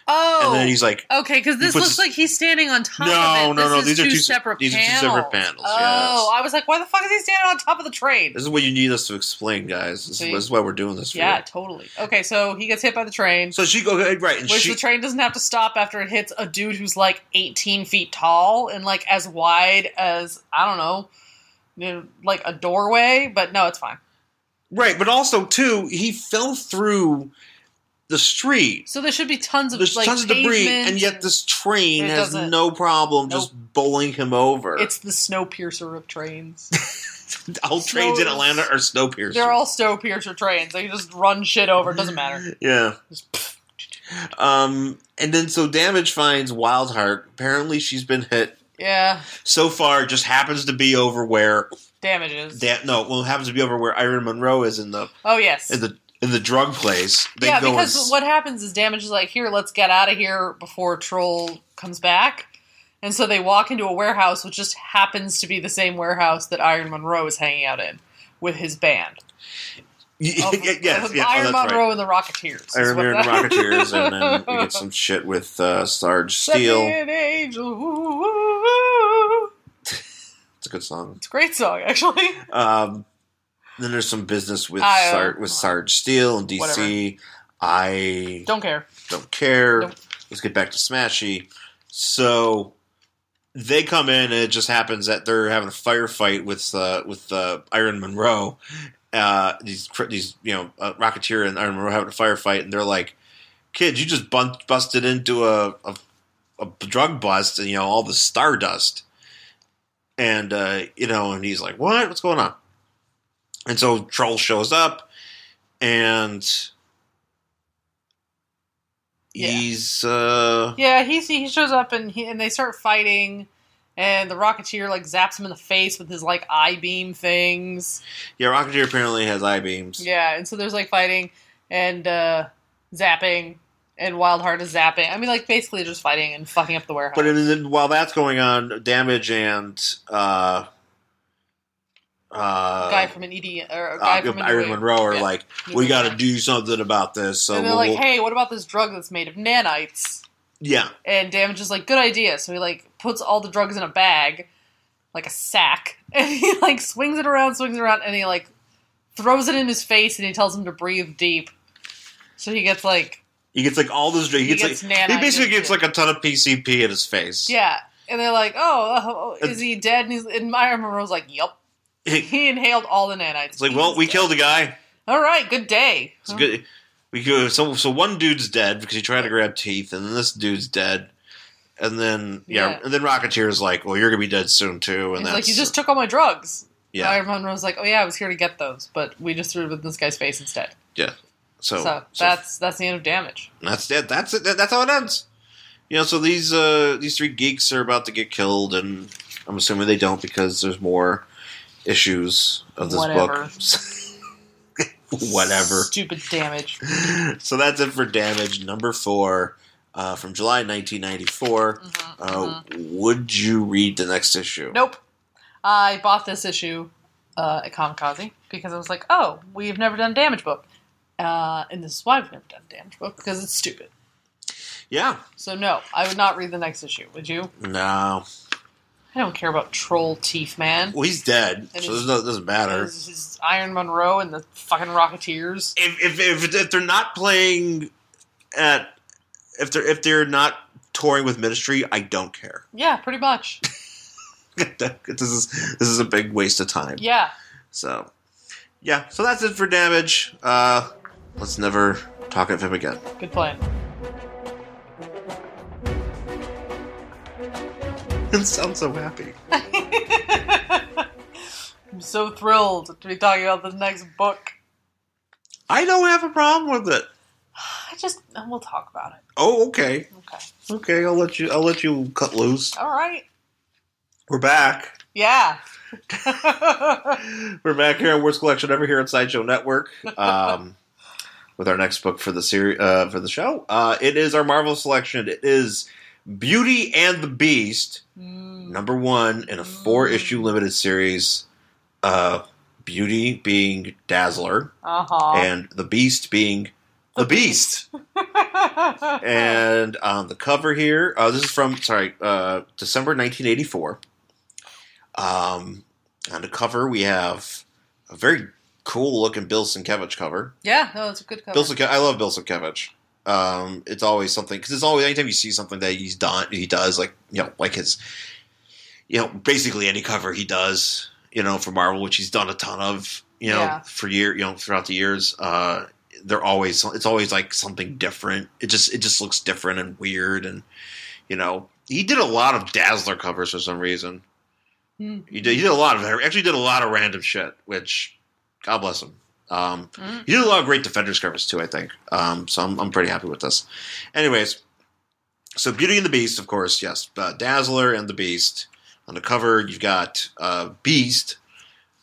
Speaker 1: oh.
Speaker 2: and then he's like,
Speaker 1: Okay, because this
Speaker 2: puts
Speaker 1: looks
Speaker 2: his-
Speaker 1: like he's standing on top
Speaker 2: No,
Speaker 1: of it.
Speaker 2: no,
Speaker 1: This
Speaker 2: no,
Speaker 1: is
Speaker 2: these are
Speaker 1: two,
Speaker 2: two-
Speaker 1: separate
Speaker 2: these are two
Speaker 1: panels.
Speaker 2: separate panels,
Speaker 1: Oh, I was like, why the fuck is he standing on top of the train?
Speaker 2: "This is what you need us to explain, guys. This, is-
Speaker 1: See?
Speaker 2: this is why we're doing this." For
Speaker 1: Yeah,
Speaker 2: you."
Speaker 1: totally. Okay, so he gets hit by the train.
Speaker 2: So she go okay, right, and
Speaker 1: Which
Speaker 2: she
Speaker 1: the train doesn't have to stop after it hits a dude who's like 18 feet tall and like as wide as, I don't know, you know, like a doorway, but no, it's fine.
Speaker 2: right, but also too, he fell through the street.
Speaker 1: So there should be tons of
Speaker 2: There's
Speaker 1: like,
Speaker 2: tons of debris,
Speaker 1: pavement
Speaker 2: and yet this train
Speaker 1: It
Speaker 2: has
Speaker 1: doesn't-
Speaker 2: no problem just bowling him over.
Speaker 1: It's the snow piercer of trains.
Speaker 2: all trains in
Speaker 1: snow-
Speaker 2: Atlanta are snowpiercer.
Speaker 1: They're all snow piercer trains. They just run shit over. It doesn't
Speaker 2: Mm.
Speaker 1: matter.
Speaker 2: Yeah.
Speaker 1: Just
Speaker 2: [LAUGHS] Um, and then so damage finds Wildheart. Apparently, she's been hit.
Speaker 1: Yeah.
Speaker 2: So far, just happens to be over where
Speaker 1: Damages.
Speaker 2: that no, well, happens to be over where Iron Monroe is in the
Speaker 1: oh, yes.
Speaker 2: in the in the drug place. They
Speaker 1: yeah,
Speaker 2: go and
Speaker 1: because
Speaker 2: s-
Speaker 1: what happens is Damage is like, here, let's get out of here before Troll comes back. And so they walk into a warehouse, which just happens to be the same warehouse that Iron Monroe is hanging out in with his band.
Speaker 2: yeah,
Speaker 1: Of-
Speaker 2: [LAUGHS] [LAUGHS] yeah, yeah,
Speaker 1: of
Speaker 2: yeah, oh,
Speaker 1: Iron
Speaker 2: that's right.
Speaker 1: Monroe and the Rocketeers. is
Speaker 2: Iron
Speaker 1: what
Speaker 2: Man and
Speaker 1: that-
Speaker 2: Rocketeers, and then
Speaker 1: [LAUGHS]
Speaker 2: you get some shit with uh, Sarge Steel.
Speaker 1: Send me an angel. Ooh, ooh, ooh.
Speaker 2: It's a good song.
Speaker 1: It's a great song, actually. [LAUGHS]
Speaker 2: Um, then there's some business with
Speaker 1: I, uh,
Speaker 2: Sar- with Sarge Steel and DC.
Speaker 1: Whatever.
Speaker 2: I don't,
Speaker 1: Don't care.
Speaker 2: care.
Speaker 1: Nope.
Speaker 2: Let's get back to Smashy. So they come in, and it just happens that they're having a firefight with uh, with uh, Iron Monroe. Uh, these cr- these you know uh, Rocketeer and Iron Monroe having a firefight, and they're like, "Kid, you just bun- busted into a, a a drug bust, and you know all the stardust." And uh, you know, and he's like, "What? What's going on?" And so Troll shows up, and
Speaker 1: Yeah.
Speaker 2: he's uh,
Speaker 1: Yeah, he he shows up and he, and they start fighting, and the Rocketeer like zaps him in the face with his like eye beam things.
Speaker 2: Yeah, Rocketeer apparently has eye beams.
Speaker 1: Yeah, and so there's like fighting and uh, zapping, and Wildheart is zapping. I mean, like basically just fighting and fucking up the warehouse.
Speaker 2: But in the, while that's going on, Damage and uh, uh,
Speaker 1: guy from an ED or a
Speaker 2: uh,
Speaker 1: guy from an E
Speaker 2: Iron
Speaker 1: ED.
Speaker 2: Monroe are
Speaker 1: Yeah.
Speaker 2: like,
Speaker 1: He's
Speaker 2: we
Speaker 1: like,
Speaker 2: got to
Speaker 1: "Yeah."
Speaker 2: do something about this. So
Speaker 1: and they're
Speaker 2: we'll,
Speaker 1: like, hey, what about this drug that's made of nanites?
Speaker 2: yeah,
Speaker 1: And Damage is like, good idea. So he like puts all the drugs in a bag, like a sack, [LAUGHS] and he like swings it around, swings it around, and he like throws it in his face, and he tells him to breathe deep. So he gets like,
Speaker 2: he gets like all this. He,
Speaker 1: He
Speaker 2: gets,
Speaker 1: gets
Speaker 2: like, he
Speaker 1: nanites
Speaker 2: basically
Speaker 1: and
Speaker 2: gets
Speaker 1: shit.
Speaker 2: like a ton of PCP in his face. [LAUGHS]
Speaker 1: yeah. And they're like, oh, oh is he dead? And, he's, and Myra Monroe's like, yup.
Speaker 2: it's
Speaker 1: [LAUGHS] He inhaled all the nanites.
Speaker 2: like, well,
Speaker 1: He's
Speaker 2: we
Speaker 1: dead.
Speaker 2: killed a guy.
Speaker 1: All right, good day.
Speaker 2: It's good. We go, so so one dude's dead because he tried to grab teeth, and then this dude's dead. And then yeah,
Speaker 1: Yeah.
Speaker 2: and then Rocketeer's like, "Well, you're gonna be dead soon too." And
Speaker 1: He's
Speaker 2: that's
Speaker 1: like, you just took all my drugs.
Speaker 2: yeah,
Speaker 1: Iron Monroe's like, oh yeah, I was here to get those, but we just threw it in this guy's face instead. So, that's that's the end of damage.
Speaker 2: That's it. That's it. That's how it ends. You know, so these uh, these three geeks are about to get killed, and I'm assuming they don't because there's more issues of this
Speaker 1: Whatever.
Speaker 2: book. Whatever. [LAUGHS]
Speaker 1: Stupid damage.
Speaker 2: So that's it for damage number four uh, from July 1994.
Speaker 1: Mhm,
Speaker 2: Uh,
Speaker 1: mhm.
Speaker 2: would you read the next issue?
Speaker 1: Nope. I bought this issue uh, at Kamikaze because I was like, oh, we've never done damage book. Uh, and this is why we've never done damage book because it's stupid.
Speaker 2: Yeah.
Speaker 1: So no, I would not read the next issue. Would you?
Speaker 2: No.
Speaker 1: I don't care about Troll Teeth Man.
Speaker 2: Well, he's dead,
Speaker 1: It
Speaker 2: so
Speaker 1: is-
Speaker 2: there's no, it doesn't matter.
Speaker 1: This is Iron Monroe and the fucking Rocketeers.
Speaker 2: if if if, if they're not playing at if they're if they're not touring with Ministry, I don't care. [LAUGHS]
Speaker 1: Yeah, pretty much.
Speaker 2: this is this is a big waste of time.
Speaker 1: Yeah.
Speaker 2: So yeah, so that's it for damage. Uh, let's never talk of him again. [LAUGHS]
Speaker 1: Good plan. [LAUGHS]
Speaker 2: it sounds so happy.
Speaker 1: I'm so thrilled to be talking about the next book.
Speaker 2: I don't have a problem with it.
Speaker 1: I just we'll talk about it.
Speaker 2: Oh, okay,
Speaker 1: Okay.
Speaker 2: okay. I'll let you. I'll let you cut loose.
Speaker 1: All right.
Speaker 2: We're back.
Speaker 1: Yeah. [LAUGHS]
Speaker 2: We're back here on Worst Collection Ever here at Sideshow Network. Um, with our next book for the series uh, for the show, uh, it is our Marvel selection. It is Beauty and the Beast,
Speaker 1: Mm.
Speaker 2: number one in a four issue limited series. Uh, Beauty being Dazzler,
Speaker 1: Uh-huh.
Speaker 2: and the Beast being the Beast. And on the cover here, uh, this is from sorry, uh, December 1984. Um, on the cover, we have a very cool looking Bill Sienkiewicz cover.
Speaker 1: [LAUGHS] yeah, no, it's a good cover.
Speaker 2: Bill Sienkiewicz, I love Bill Sienkiewicz. Um, it's always something because it's always anytime you see something that he's done, he does like you know like his, you know basically any cover he does you know for Marvel, which he's done a ton of you know
Speaker 1: Yeah.
Speaker 2: for year you know throughout the years. Uh, they're always it's always like something different. It just it just looks different and weird and you know he did a lot of Dazzler covers for some reason.
Speaker 1: Mm.
Speaker 2: He did he did a lot of actually did a lot of random shit, which God bless him. Um,
Speaker 1: Mm.
Speaker 2: he did a lot of great defenders covers too, I think. Um, so I'm, I'm pretty happy with this. Anyways, so Beauty and the Beast, of course, yes, uh, Dazzler and the Beast on the cover. You've got uh, Beast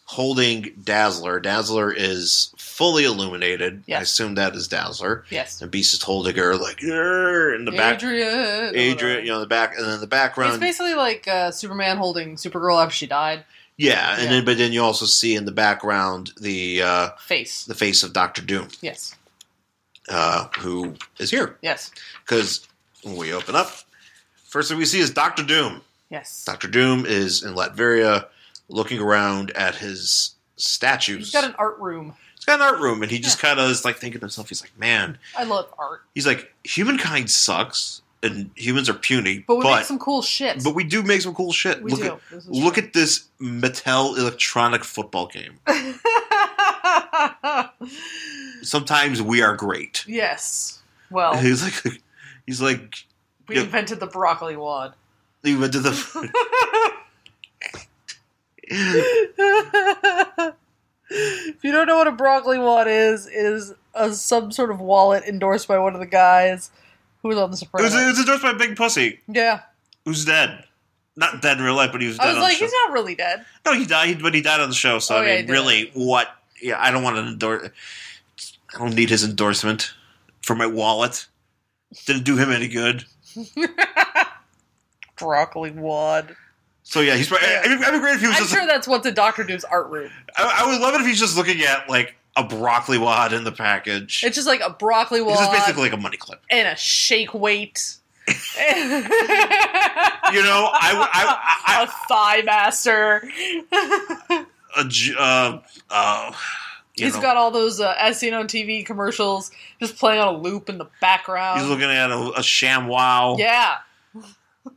Speaker 2: holding Dazzler. Dazzler is fully illuminated.
Speaker 1: Yes.
Speaker 2: I assume that is Dazzler.
Speaker 1: Yes.
Speaker 2: And Beast is holding her like "Grr," in the back.
Speaker 1: Adrian.
Speaker 2: Adrian, you know, in the back, and then the
Speaker 1: It's
Speaker 2: background,
Speaker 1: basically like uh, Superman holding Supergirl after she died.
Speaker 2: yeah, and
Speaker 1: yeah.
Speaker 2: then but then you also see in the background the uh,
Speaker 1: Face.
Speaker 2: the face of Doctor Doom,
Speaker 1: Yes.
Speaker 2: uh, who is here
Speaker 1: Yes.
Speaker 2: because when we open up, first thing we see is Doctor Doom.
Speaker 1: Yes.
Speaker 2: Doctor Doom is in Latveria, looking around at his statues.
Speaker 1: He's got an art room.
Speaker 2: he's got an art room, and he just kind of is like thinking to himself, he's like, man,
Speaker 1: I love art.
Speaker 2: he's like, humankind sucks, and humans are puny,
Speaker 1: But we
Speaker 2: but,
Speaker 1: make some cool shit.
Speaker 2: but we do make some cool shit.
Speaker 1: we
Speaker 2: look
Speaker 1: do.
Speaker 2: At, look at this Mattel electronic football game.
Speaker 1: at.
Speaker 2: Sometimes we are great.
Speaker 1: [LAUGHS] yes. Well,
Speaker 2: [LAUGHS] He's like, he's like,
Speaker 1: we
Speaker 2: yeah.
Speaker 1: invented the broccoli wad. [LAUGHS]
Speaker 2: he went to the. [LAUGHS]
Speaker 1: if you don't know what a broccoli wad is, it is a, some sort of wallet endorsed by one of the guys who was on The
Speaker 2: It was,
Speaker 1: Sopranos.
Speaker 2: it was endorsed by Big Pussy,
Speaker 1: yeah.
Speaker 2: who's dead. Not dead in real life, but he was dead
Speaker 1: I was
Speaker 2: on
Speaker 1: like,
Speaker 2: the show.
Speaker 1: he's not really dead.
Speaker 2: No, he died, but he died on the show. So
Speaker 1: Oh, yeah,
Speaker 2: I
Speaker 1: he
Speaker 2: mean,
Speaker 1: did.
Speaker 2: really, what? Yeah, I don't want to endorse. I don't need his endorsement for my wallet. Didn't do him any good.
Speaker 1: Broccoli wad.
Speaker 2: So yeah, he's. probably- I- I'd be, I'd be great if he was
Speaker 1: I'm
Speaker 2: just.
Speaker 1: sure that's what's in Doctor Doom's art room.
Speaker 2: I, I would love it if he's just looking at like a broccoli wad in the package.
Speaker 1: It's just like a broccoli
Speaker 2: This is
Speaker 1: wad
Speaker 2: basically like a money clip.
Speaker 1: and a shake
Speaker 2: [LAUGHS]
Speaker 1: weight.
Speaker 2: You know,
Speaker 1: a
Speaker 2: I,
Speaker 1: thigh master. [LAUGHS]
Speaker 2: I, I, a j uh, uh, you
Speaker 1: He's
Speaker 2: know,
Speaker 1: got all those uh, as seen on TV commercials just playing on a loop in the background.
Speaker 2: he's looking at a, a sham wow.
Speaker 1: yeah.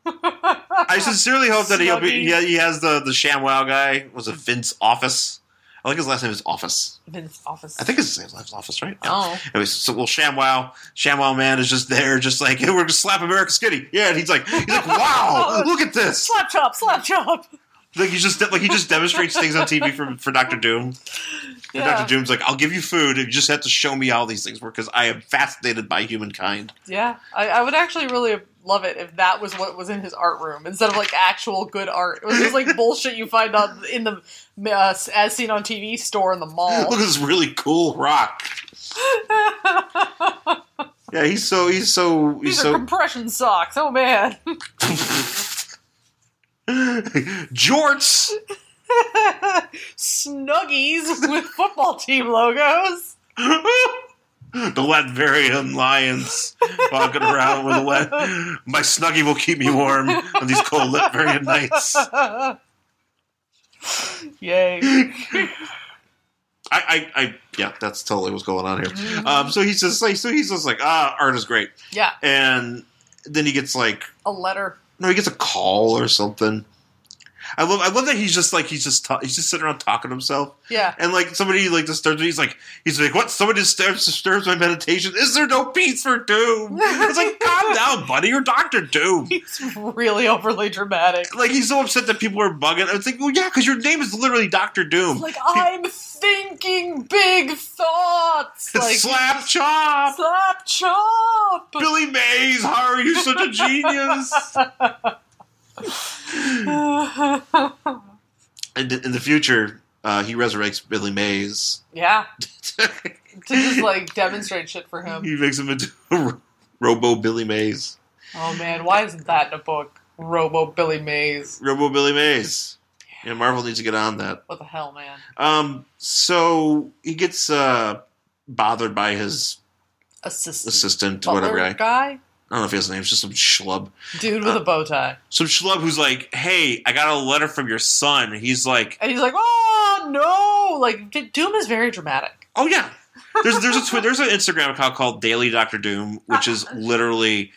Speaker 2: I sincerely hope that he'll be.
Speaker 1: Snuggie.
Speaker 2: Yeah, he has the the sham wow guy. Was it Vince Office? I think his last name is Office.
Speaker 1: Vince office.
Speaker 2: I think it's his last office, right? Yeah. [LAUGHS]
Speaker 1: Oh.
Speaker 2: Anyways, so well, ShamWow, ShamWow man is just there, just like [LAUGHS] hey, we're gonna slap America skinny. Yeah, and he's like,
Speaker 1: [LAUGHS]
Speaker 2: he's like,
Speaker 1: Oh.
Speaker 2: wow, look at this.
Speaker 1: Slap chop, slap chop.
Speaker 2: Like he's just like he just demonstrates things on TV for for Doctor Doom. And
Speaker 1: Yeah.
Speaker 2: Doctor Doom's like, I'll give you food. You just have to show me how these things work because I am fascinated by humankind.
Speaker 1: Yeah, I, I would actually really love it if that was what was in his art room instead of like actual good art. It was just
Speaker 2: [LAUGHS]
Speaker 1: like bullshit you find on in the uh, as seen on TV store in the mall.
Speaker 2: Look at this really cool rock. Yeah, he's so he's so he's
Speaker 1: [LAUGHS] These
Speaker 2: so
Speaker 1: are compression socks. Oh man,
Speaker 2: [LAUGHS] jorts.
Speaker 1: [LAUGHS] snuggies with football team logos. [LAUGHS]
Speaker 2: [LAUGHS] the Latverian lions walking around with a wet. My snuggie will keep me warm on these cold Latverian nights. I,
Speaker 1: Yay!
Speaker 2: I, I, yeah, that's totally what's going on here. Um, so he's just like, so he's just like, ah, art is great,
Speaker 1: Yeah,
Speaker 2: and then he gets like,
Speaker 1: a letter.
Speaker 2: no, he gets a call or something. I love, I love that he's just like, he's just, ta- he's just sitting around talking to himself.
Speaker 1: Yeah,
Speaker 2: And like somebody like disturbs me. He's like, he's like, what? Somebody disturbs, disturbs my meditation. Is there no peace for Doom? It's like, calm down, buddy. You're Doctor Doom.
Speaker 1: he's really overly dramatic.
Speaker 2: Like he's so upset that people are bugging. It's like, well, yeah, because your name is literally Doctor Doom.
Speaker 1: Like I'm thinking big thoughts.
Speaker 2: It's
Speaker 1: Like
Speaker 2: slap chop.
Speaker 1: Slap chop!
Speaker 2: Billy Mays, how are you such a genius? And in the future, uh, he resurrects Billy Mays.
Speaker 1: [LAUGHS]
Speaker 2: [LAUGHS]
Speaker 1: yeah, to just like demonstrate shit for him.
Speaker 2: he makes him into [LAUGHS] a Robo Billy Mays.
Speaker 1: Oh man, why isn't that in a book? Robo Billy Mays.
Speaker 2: Robo Billy Mays. Yeah, Marvel needs to get on that.
Speaker 1: What the hell, man?
Speaker 2: Um, so he gets uh, bothered by his
Speaker 1: Assistant.
Speaker 2: assistant,
Speaker 1: butler
Speaker 2: whatever guy. I
Speaker 1: guy?
Speaker 2: don't know if he has a name. It's just some schlub.
Speaker 1: Dude with a bow tie.
Speaker 2: Some schlub who's like, "Hey, I got a letter from your son." And he's like,
Speaker 1: And he's like, oh no! Like, D- Doom is very dramatic.
Speaker 2: "Oh yeah." There's there's a twi- there's an Instagram account called Daily Doctor Doom,
Speaker 1: [LAUGHS]
Speaker 2: which is literally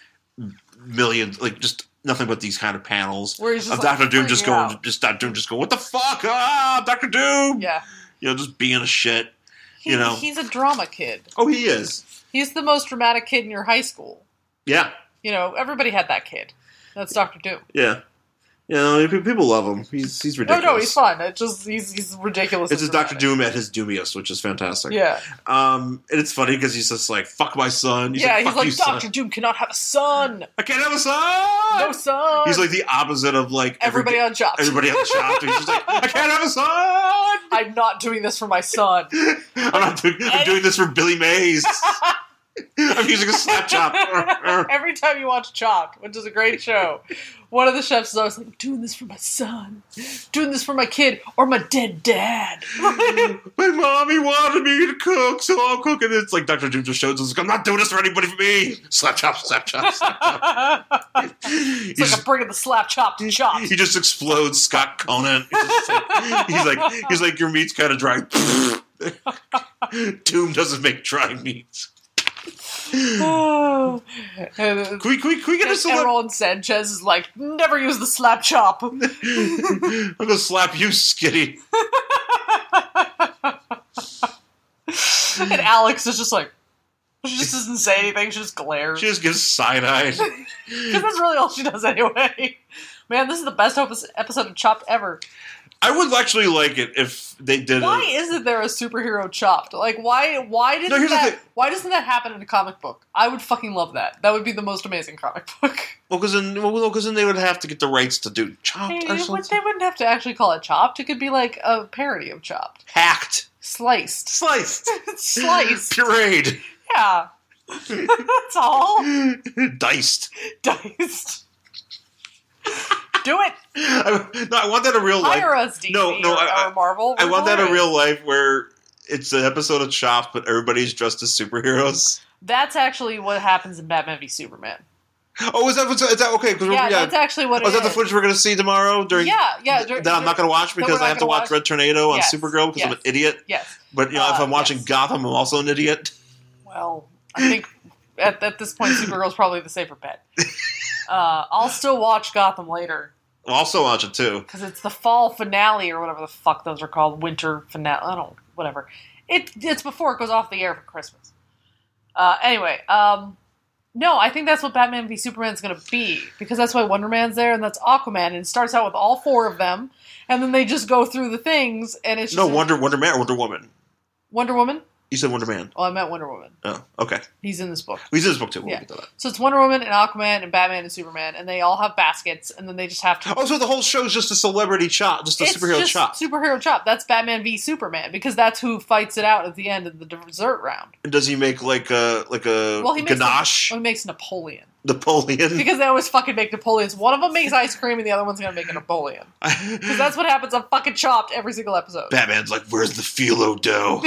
Speaker 2: millions, like just nothing but these kind of panels.
Speaker 1: Where he's just
Speaker 2: Of
Speaker 1: like,
Speaker 2: Doctor Doom just
Speaker 1: freaking
Speaker 2: going,
Speaker 1: out.
Speaker 2: just Doctor Doom just going, what the fuck, ah, Doctor Doom,
Speaker 1: Yeah.
Speaker 2: you know, just being a shit.
Speaker 1: He,
Speaker 2: You know.
Speaker 1: He's a drama kid.
Speaker 2: Oh, he is,
Speaker 1: He's the most dramatic kid in your high school.
Speaker 2: yeah.
Speaker 1: You know, everybody had that kid. That's Doctor Doom.
Speaker 2: Yeah. You know, pe- people love him. He's he's ridiculous.
Speaker 1: No, no, he's fun. It just he's he's ridiculous.
Speaker 2: It's his
Speaker 1: and
Speaker 2: Doctor
Speaker 1: dramatic.
Speaker 2: Doom at his doomiest, which is fantastic.
Speaker 1: Yeah,
Speaker 2: Um, and it's funny because he's just like, "Fuck my son." He's
Speaker 1: yeah.
Speaker 2: like,
Speaker 1: he's
Speaker 2: "Fuck
Speaker 1: like
Speaker 2: you,
Speaker 1: Doctor
Speaker 2: son.
Speaker 1: Doom cannot have a son.
Speaker 2: I can't have a son."
Speaker 1: No son.
Speaker 2: He's like the opposite of like every-
Speaker 1: everybody on Chopped.
Speaker 2: everybody on the shop. He's just like, "I can't have a son." [LAUGHS]
Speaker 1: I'm not doing this for my son.
Speaker 2: I'm not doing, I'm doing this for Billy Mays. [LAUGHS] I'm using a slap chop.
Speaker 1: Every time you watch Chopped, which is a great show, one of the chefs is always like, doing this for my son, doing this for my kid, or my dead dad.
Speaker 2: [LAUGHS]
Speaker 1: [LAUGHS]
Speaker 2: My mommy wanted me to cook, so I'm cooking. It's like Dr. Doom just shows us, I'm not doing this for anybody but me. Slap chop, slap chop, slap chop.
Speaker 1: it's
Speaker 2: He
Speaker 1: like
Speaker 2: just-
Speaker 1: I'm bringing the slap chop to Chopped.
Speaker 2: [LAUGHS]
Speaker 1: [SIGHS]
Speaker 2: he just explodes Scott Conan. He's, just like, he's like, he's like, your meat's kind of dry. [LAUGHS] Doom doesn't make dry meats.
Speaker 1: Oh. and,
Speaker 2: Can we, can we, can we get a
Speaker 1: and
Speaker 2: celebrity?
Speaker 1: Ron Sanchez is like, never use the slap
Speaker 2: [LAUGHS]
Speaker 1: chop.
Speaker 2: I'm gonna slap you, Skitty.
Speaker 1: and Alex is just like, she just doesn't say anything. She just glares.
Speaker 2: She just gives side eyed.
Speaker 1: Because that's really all she does anyway. Man, this is the best opus- episode of Chopped ever.
Speaker 2: I would actually like it if they did.
Speaker 1: Why
Speaker 2: it.
Speaker 1: isn't there a superhero Chopped? Like, why? Why didn't
Speaker 2: here's the
Speaker 1: that?
Speaker 2: thing.
Speaker 1: Why doesn't that happen in a comic book? I would fucking love that. That would be the most amazing comic
Speaker 2: [LAUGHS]
Speaker 1: book.
Speaker 2: Well, because then, well, 'cause then they would have to get the rights to do chopped or
Speaker 1: They, would,
Speaker 2: something.
Speaker 1: not have to actually call it Chopped. It could be like a parody of Chopped,
Speaker 2: Hacked,
Speaker 1: sliced, [LAUGHS]
Speaker 2: [LAUGHS] sliced,
Speaker 1: sliced.
Speaker 2: pureed, [LAUGHS]
Speaker 1: Yeah, [LAUGHS] that's all.
Speaker 2: diced.
Speaker 1: Diced. Do it.
Speaker 2: I, no, I want that in real life.
Speaker 1: Hire us, DC
Speaker 2: no, no,
Speaker 1: or,
Speaker 2: I-
Speaker 1: or Marvel.
Speaker 2: I
Speaker 1: We're
Speaker 2: want that in
Speaker 1: glorious.
Speaker 2: real life where it's an episode of Chopped, but everybody's dressed as superheroes.
Speaker 1: That's actually what happens in Batman v Superman.
Speaker 2: [LAUGHS] Oh, is that what's, is that okay? Because
Speaker 1: yeah,
Speaker 2: yeah,
Speaker 1: that's actually what.
Speaker 2: oh, is
Speaker 1: it
Speaker 2: that the footage we're going to see tomorrow during?
Speaker 1: Yeah, yeah.
Speaker 2: that I'm not going to watch
Speaker 1: that we're
Speaker 2: because
Speaker 1: not
Speaker 2: I have to
Speaker 1: gonna
Speaker 2: watch,
Speaker 1: watch?
Speaker 2: Red Tornado on
Speaker 1: Yes,
Speaker 2: Supergirl because I'm an
Speaker 1: yes.
Speaker 2: idiot.
Speaker 1: Yes.
Speaker 2: But you know, if
Speaker 1: Uh,
Speaker 2: I'm watching
Speaker 1: yes.
Speaker 2: Gotham, I'm also an idiot.
Speaker 1: Well, I think at, at this point, Supergirl's probably the safer bet. Uh, I'll still watch Gotham later
Speaker 2: I'm also watching too.
Speaker 1: because it's the fall finale or whatever the fuck those are called, winter finale. I don't. Whatever. It it's before it goes off the air for Christmas. Uh, anyway, um, no, I think that's what Batman v Superman's going to be because that's why Wonder Man's there and that's Aquaman and it starts out with all four of them and then they just go through the things and it's
Speaker 2: No
Speaker 1: just
Speaker 2: Wonder Wonder Man or Wonder Woman.
Speaker 1: Wonder Woman.
Speaker 2: You said Wonder Man.
Speaker 1: Oh, I meant Wonder Woman.
Speaker 2: Oh, okay.
Speaker 1: He's in this book.
Speaker 2: We did this book too. We'll
Speaker 1: Yeah.
Speaker 2: get to that.
Speaker 1: So it's Wonder Woman and Aquaman and Batman and Superman, and they all have baskets, and then they just have to.
Speaker 2: Oh, so the whole show's just a celebrity chop, just a
Speaker 1: it's
Speaker 2: superhero
Speaker 1: just
Speaker 2: chop.
Speaker 1: Superhero chop. That's Batman v Superman because that's who fights it out at the end of the dessert round.
Speaker 2: And does he make like a like a
Speaker 1: Well, he makes
Speaker 2: ganache
Speaker 1: Well, he makes Napoleon
Speaker 2: Napoleon? [LAUGHS]
Speaker 1: because they always fucking make Napoleons. One of them makes ice cream, and the other one's gonna make a Napoleon because that's what happens on fucking Chopped every single episode.
Speaker 2: Batman's like, "Where's the phyllo dough?"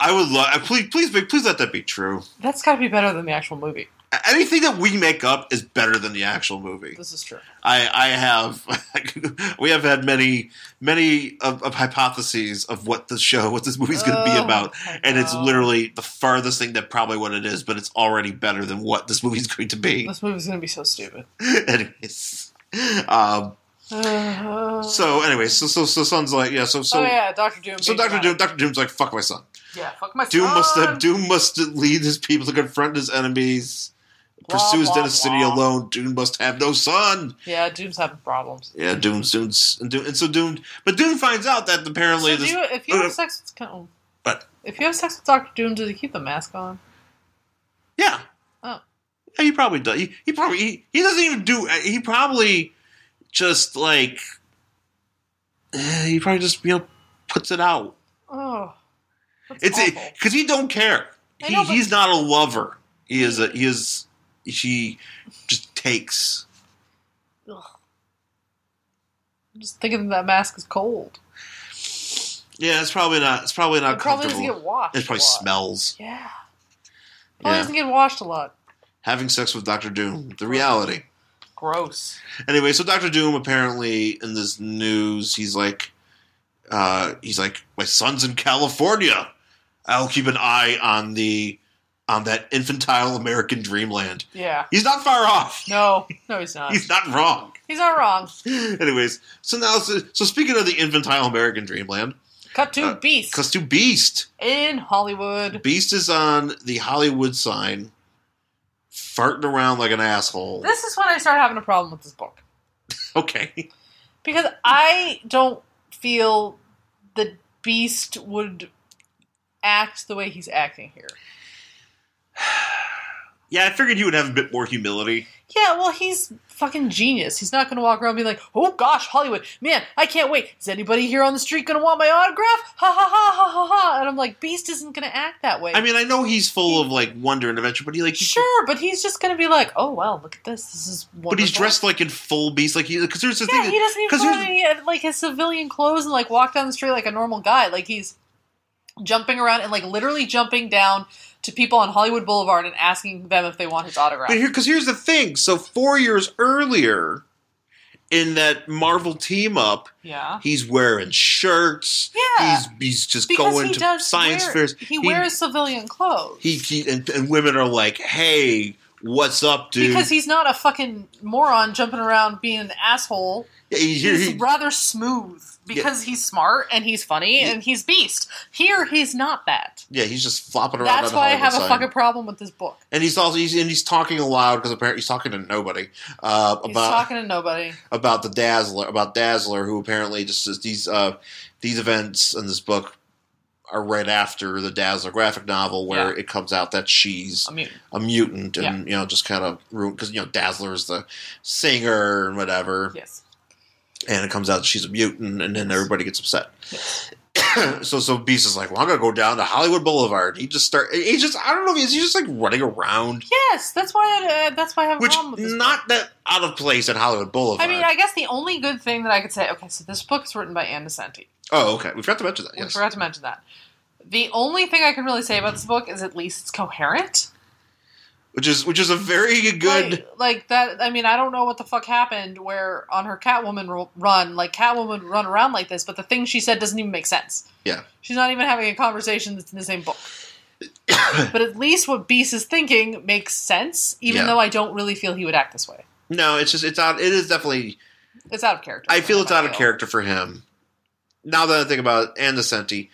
Speaker 2: I would love. Please, please, make- please let that be true.
Speaker 1: [LAUGHS] that's got to be better than the actual movie.
Speaker 2: A- Anything that we make up is better than the actual movie.
Speaker 1: This is true.
Speaker 2: I, I have, [LAUGHS] we have had many, many of, of hypotheses of what the show, what this movie's going to be
Speaker 1: Oh,
Speaker 2: about,
Speaker 1: I
Speaker 2: and it's
Speaker 1: know.
Speaker 2: literally the farthest thing that probably what it is, but it's already better than what this movie's [LAUGHS] going to be.
Speaker 1: This movie's gonna be so stupid.
Speaker 2: [LAUGHS] Anyways, um, so anyways, so so so son's like, yeah, so so
Speaker 1: oh yeah, Doctor Doom.
Speaker 2: so
Speaker 1: being
Speaker 2: Doctor
Speaker 1: Batman.
Speaker 2: Doom, Doctor Doom's like, fuck my son.
Speaker 1: Yeah, fuck my
Speaker 2: Doom
Speaker 1: son.
Speaker 2: must have, Doom must lead his people to confront his enemies.
Speaker 1: Blah,
Speaker 2: Pursues
Speaker 1: blah,
Speaker 2: destiny
Speaker 1: blah.
Speaker 2: alone. Doom must have no son.
Speaker 1: Yeah, Doom's having problems.
Speaker 2: Yeah, Doom, Doom's, and, Doom, and so Doom, but Doom finds out that apparently
Speaker 1: So do
Speaker 2: this.
Speaker 1: you, if you
Speaker 2: uh,
Speaker 1: have sex with oh.
Speaker 2: What?
Speaker 1: if you have sex with Doctor Doom, does he keep the mask on?
Speaker 2: yeah.
Speaker 1: Oh.
Speaker 2: Yeah, he probably does. He, he probably he, he doesn't even do. uh, He probably just like eh, he probably just you know puts it out.
Speaker 1: Oh, that's
Speaker 2: It's
Speaker 1: awful.
Speaker 2: because he don't care.
Speaker 1: I
Speaker 2: He,
Speaker 1: know, but-
Speaker 2: he's not a lover. He is. A, he is. She just takes.
Speaker 1: Ugh. I'm just thinking that mask is cold.
Speaker 2: Yeah, it's probably not. It's probably not
Speaker 1: It probably doesn't
Speaker 2: comfortable.
Speaker 1: get washed.
Speaker 2: it probably
Speaker 1: a lot.
Speaker 2: smells.
Speaker 1: Yeah, probably
Speaker 2: Yeah.
Speaker 1: doesn't get washed a lot.
Speaker 2: Having sex with Doctor Doom, the reality.
Speaker 1: Gross.
Speaker 2: Anyway, so Doctor Doom apparently in this news, he's like, uh, he's like, my son's in California. I'll keep an eye on the on that infantile American dreamland.
Speaker 1: Yeah.
Speaker 2: He's not far off.
Speaker 1: No, no, he's not.
Speaker 2: He's not wrong.
Speaker 1: He's not wrong.
Speaker 2: Anyways, so now, so, so speaking of the infantile American dreamland,
Speaker 1: Cut to
Speaker 2: Uh,
Speaker 1: Beast
Speaker 2: because to Beast,
Speaker 1: in Hollywood.
Speaker 2: Beast is on the Hollywood sign, farting around like an asshole.
Speaker 1: This is when I start having a problem with this book.
Speaker 2: Okay.
Speaker 1: Because I don't feel that Beast would act the way he's acting here.
Speaker 2: Yeah, I figured you would have a bit more humility.
Speaker 1: Yeah, well, he's fucking genius. He's not going to walk around and be like, oh gosh, Hollywood, man, I can't wait. Is anybody here on the street going to want my autograph? Ha ha ha ha ha ha. And I'm like, Beast isn't going to act that way.
Speaker 2: I mean, I know he's full of like wonder and adventure, but he like he's-
Speaker 1: sure, but he's just going to be like, oh wow, look at this. This is wonderful.
Speaker 2: but he's dressed like in full beast, like he because there's the
Speaker 1: Yeah,
Speaker 2: thing.
Speaker 1: he doesn't even
Speaker 2: 'cause
Speaker 1: put on
Speaker 2: here's
Speaker 1: any, uh, like his civilian clothes and like walk down the street like a normal guy. Like he's jumping around and like literally jumping down to people on Hollywood Boulevard and asking them if they want his autograph.
Speaker 2: But here, because here's the thing. So four years earlier, in that Marvel team up,
Speaker 1: yeah.
Speaker 2: he's wearing shirts.
Speaker 1: Yeah.
Speaker 2: He's he's just
Speaker 1: because
Speaker 2: going
Speaker 1: he
Speaker 2: to
Speaker 1: does
Speaker 2: science
Speaker 1: wear,
Speaker 2: fairs.
Speaker 1: He, wears civilian clothes.
Speaker 2: he, he and, and women are like, hey, what's up, dude?
Speaker 1: because he's not a fucking moron jumping around being an asshole.
Speaker 2: Yeah, he- he-
Speaker 1: He's rather smooth because he's smart and he's funny
Speaker 2: Yeah.
Speaker 1: and he's beast. Here he's not that.
Speaker 2: yeah, he's just flopping around.
Speaker 1: That's
Speaker 2: on
Speaker 1: why I
Speaker 2: Hollywood
Speaker 1: have a
Speaker 2: sign.
Speaker 1: fucking problem with this book.
Speaker 2: And he's also he's and he's talking aloud because apparently he's talking to nobody uh,
Speaker 1: He's
Speaker 2: about
Speaker 1: talking to nobody.
Speaker 2: about the Dazzler, about Dazzler, who apparently just is these uh, these events in this book are right after the Dazzler graphic novel, where it comes out that she's
Speaker 1: I mean,
Speaker 2: a mutant, and you know just kind of ruined because you know Dazzler is the singer and whatever,
Speaker 1: yes.
Speaker 2: and it comes out that she's a mutant, and then everybody gets upset.
Speaker 1: Yes.
Speaker 2: [COUGHS] so so Beast is like, well, I'm gonna go down to Hollywood Boulevard. He just start. He just I don't know. Is he just like running around?
Speaker 1: Yes, that's why I, uh, that's why I have a
Speaker 2: Which
Speaker 1: problem with this. book.
Speaker 2: not that out of place at Hollywood Boulevard.
Speaker 1: I mean, I guess the only good thing that I could say. Okay, so this book is written by Ann Nesenti.
Speaker 2: oh okay, we forgot to mention that.
Speaker 1: We
Speaker 2: Yes,
Speaker 1: forgot to mention that. The only thing I can really say about this book is at least it's coherent.
Speaker 2: which is which is a very good.
Speaker 1: Like, like that. I mean, I don't know what the fuck happened where on her Catwoman ro- run, like Catwoman would run around like this, but the thing she said doesn't even make sense.
Speaker 2: Yeah.
Speaker 1: She's not even having a conversation that's in the same book.
Speaker 2: [COUGHS]
Speaker 1: but at least what Beast is thinking makes sense, even
Speaker 2: Yeah.
Speaker 1: though I don't really feel he would act this way.
Speaker 2: No, it's just it's out. It is definitely.
Speaker 1: It's out of character.
Speaker 2: I feel it's out of
Speaker 1: feel.
Speaker 2: character for him. Now that I think about it, and the Senti,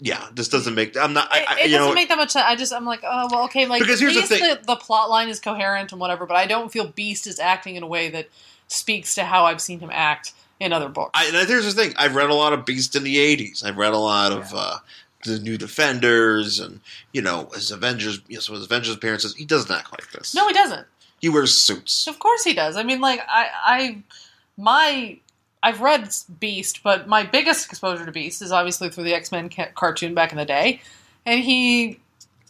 Speaker 2: yeah, this doesn't make. I'm not. I,
Speaker 1: It,
Speaker 2: I-
Speaker 1: it
Speaker 2: you
Speaker 1: doesn't
Speaker 2: know,
Speaker 1: make that much sense. I just I'm like, oh well, okay, like
Speaker 2: Because here's the
Speaker 1: at least
Speaker 2: thing-
Speaker 1: the, the plot line is coherent and whatever, but I don't feel Beast is acting in a way that speaks to how I've seen him act in other books.
Speaker 2: I, and here's the thing. I've read a lot of Beast in the '80s. I've read a lot of
Speaker 1: Yeah.
Speaker 2: uh, the New Defenders, and you know his Avengers. You know, some of his Avengers appearances. He doesn't act like this.
Speaker 1: no, he doesn't.
Speaker 2: he wears suits.
Speaker 1: Of course he does. I mean, like I I my I've read Beast, but my biggest exposure to Beast is obviously through the X Men ca- cartoon back in the day, and he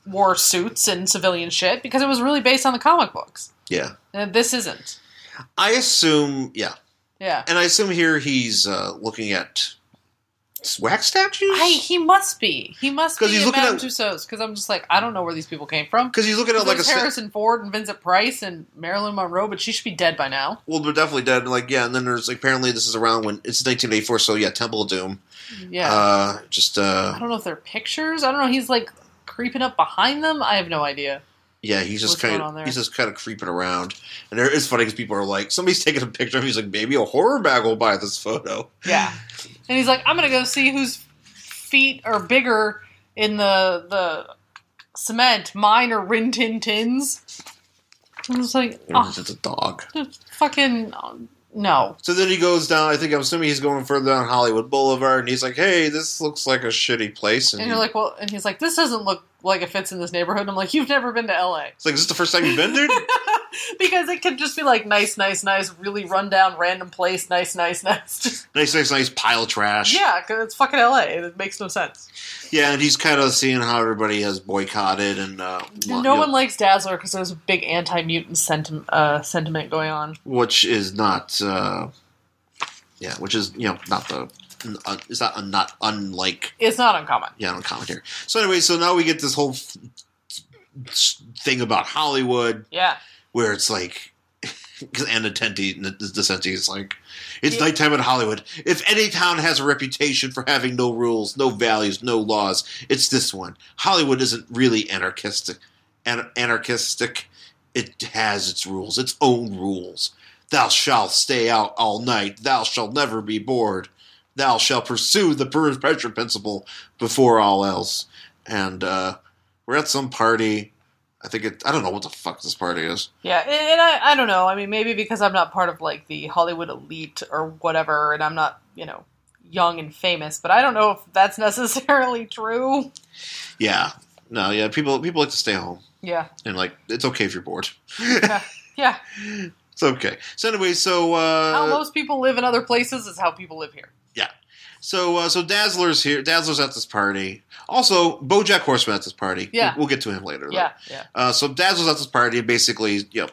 Speaker 1: wore suits and civilian shit because it was really based on the comic books.
Speaker 2: Yeah,
Speaker 1: And this isn't.
Speaker 2: I assume. Yeah,
Speaker 1: Yeah.
Speaker 2: and I assume here he's uh, looking at wax statues.
Speaker 1: I, he must be. He must be
Speaker 2: 'Cause he's
Speaker 1: in
Speaker 2: looking
Speaker 1: Madame
Speaker 2: at-
Speaker 1: Tussauds because I'm just like I don't know where these people came from.
Speaker 2: because he's looking at like a
Speaker 1: There's
Speaker 2: sta-
Speaker 1: Harrison Ford and Vincent Price and Marilyn Monroe, but she should be dead by now.
Speaker 2: Well, they're definitely dead. and, Like, yeah, and then there's like, apparently this is around when it's 1984, so yeah, Temple of Doom.
Speaker 1: Yeah,
Speaker 2: Uh, just
Speaker 1: I
Speaker 2: uh,
Speaker 1: don't know if they're pictures. I don't know. He's like creeping up behind them. I have no idea.
Speaker 2: yeah, he's just
Speaker 1: What's going
Speaker 2: kind
Speaker 1: on there?
Speaker 2: of he's just kind of creeping around, and there, it's funny because people are like, somebody's taking a picture of. him. He's like, maybe a horror bag will buy this photo. [LAUGHS] [SIGHS]
Speaker 1: Yeah, and he's like, I'm gonna go see whose feet are bigger in the the cement, mine or Rin Tin Tins. I was like,
Speaker 2: Or
Speaker 1: oh,
Speaker 2: is it a dog?
Speaker 1: fucking no.
Speaker 2: So then he goes down. I think I'm assuming he's going further down Hollywood Boulevard, and he's like, "Hey, this looks like a shitty place." And,
Speaker 1: And you're
Speaker 2: he-
Speaker 1: like, well, and he's like, this doesn't look like it fits in this neighborhood. And I'm like, you've never been to LA.
Speaker 2: "It's like is this the first time you've been there?"
Speaker 1: [LAUGHS] because it could just be like nice, nice, nice, really rundown, random place, nice, nice, [LAUGHS] nice. Just,
Speaker 2: nice, nice, nice pile of trash.
Speaker 1: yeah, 'cause it's fucking LA. It makes no sense.
Speaker 2: yeah. And he's kind of seeing how everybody has boycotted and uh,
Speaker 1: No
Speaker 2: you know,
Speaker 1: one likes Dazzler because there's a big anti mutant sentim- uh, sentiment going on.
Speaker 2: which is not uh yeah which is you know not the uh, it's not un, not unlike
Speaker 1: It's not uncommon.
Speaker 2: yeah on commentary so anyway so now we get this whole f- thing about hollywood
Speaker 1: Yeah.
Speaker 2: where it's like [LAUGHS] because Anna Tenti, Decenti is like, it's
Speaker 1: Yeah.
Speaker 2: nighttime in Hollywood. If any town has a reputation for having no rules, no values, no laws, it's this one. Hollywood isn't really anarchistic. An- anarchistic, it has its rules, its own rules. Thou shalt stay out all night. Thou shalt never be bored. Thou shalt pursue the perpetual principle before all else. And uh, we're at some party. I think it. I don't know what the fuck this party is.
Speaker 1: Yeah. And, and I, I don't know. I mean, maybe because I'm not part of like the Hollywood elite or whatever, and I'm not, you know, [LAUGHS] young and famous, but I don't know if that's necessarily true.
Speaker 2: Yeah, No, yeah, people people like to stay home,
Speaker 1: Yeah.
Speaker 2: and like it's okay if you're bored.
Speaker 1: Yeah.
Speaker 2: [LAUGHS]
Speaker 1: Oh,
Speaker 2: It's okay. So anyway, so uh,
Speaker 1: how most people live in other places is how people live here.
Speaker 2: So uh, so Dazzler's here. Dazzler's at this party. Also, BoJack Horseman at this party.
Speaker 1: Yeah.
Speaker 2: we'll, we'll get to him later. though.
Speaker 1: Yeah. Yeah.
Speaker 2: Uh, so Dazzler's at this party. and Basically, you know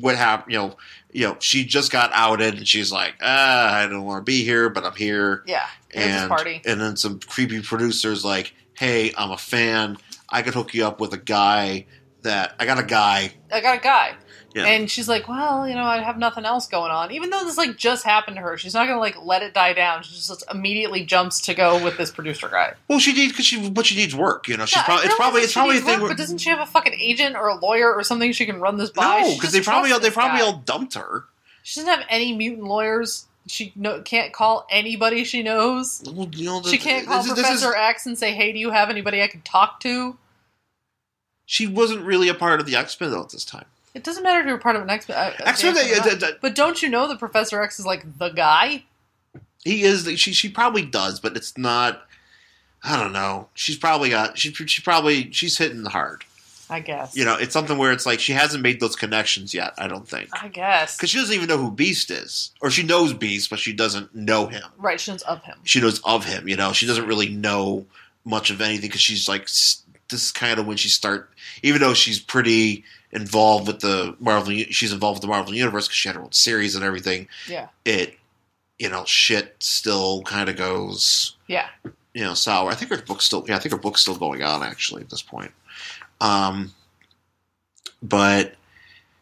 Speaker 2: what happened. You know, you know she just got outed, and she's like, ah, I don't want to be here, but I'm here.
Speaker 1: Yeah. There's this
Speaker 2: and
Speaker 1: party.
Speaker 2: and then some creepy producers like, hey, I'm a fan. I could hook you up with a guy that I got a guy.
Speaker 1: I got a guy.
Speaker 2: Yeah.
Speaker 1: And she's like, well, you know, I have nothing else going on. Even though this like just happened to her, she's not gonna like let it die down. She just immediately jumps to go with this producer guy.
Speaker 2: Well, she needs because she but she needs work. You know, she's
Speaker 1: Yeah, I
Speaker 2: probably
Speaker 1: realize that she
Speaker 2: it's probably it's probably a
Speaker 1: needs
Speaker 2: thing.
Speaker 1: work,
Speaker 2: where,
Speaker 1: but doesn't she have a fucking agent or a lawyer or something she can run this by?
Speaker 2: no,
Speaker 1: She just
Speaker 2: because they probably
Speaker 1: trusts
Speaker 2: they
Speaker 1: this
Speaker 2: probably
Speaker 1: guy.
Speaker 2: all dumped her.
Speaker 1: She doesn't have any mutant lawyers. She no, can't call anybody she knows.
Speaker 2: Well, you know,
Speaker 1: She
Speaker 2: th-
Speaker 1: can't call
Speaker 2: this is- this
Speaker 1: Professor
Speaker 2: is-
Speaker 1: X and say, "Hey, do you have anybody I can talk to?"
Speaker 2: she wasn't really a part of the X Men though at this time. uh,
Speaker 1: It doesn't matter if you're part of an X uh, Men.
Speaker 2: X Men,
Speaker 1: But don't you know that Professor X is like the guy?
Speaker 2: he is. She she probably does, but it's not. I don't know. She's probably got. She she probably she's hitting hard.
Speaker 1: I guess.
Speaker 2: You know, it's something where it's like she hasn't made those connections yet. I don't think
Speaker 1: I guess.
Speaker 2: because she doesn't even know who Beast is, or she knows Beast, but she doesn't know him.
Speaker 1: Right, she knows of him.
Speaker 2: She knows of him. You know, she doesn't really know much of anything because she's like s- this is kind of when she start. Even though she's pretty involved with the Marvel, she's involved with the Marvel universe because she had her own series and everything.
Speaker 1: Yeah.
Speaker 2: it you know shit still kind of goes
Speaker 1: Yeah.
Speaker 2: you know sour i think her book's still yeah i think her book's still going on actually at this point um but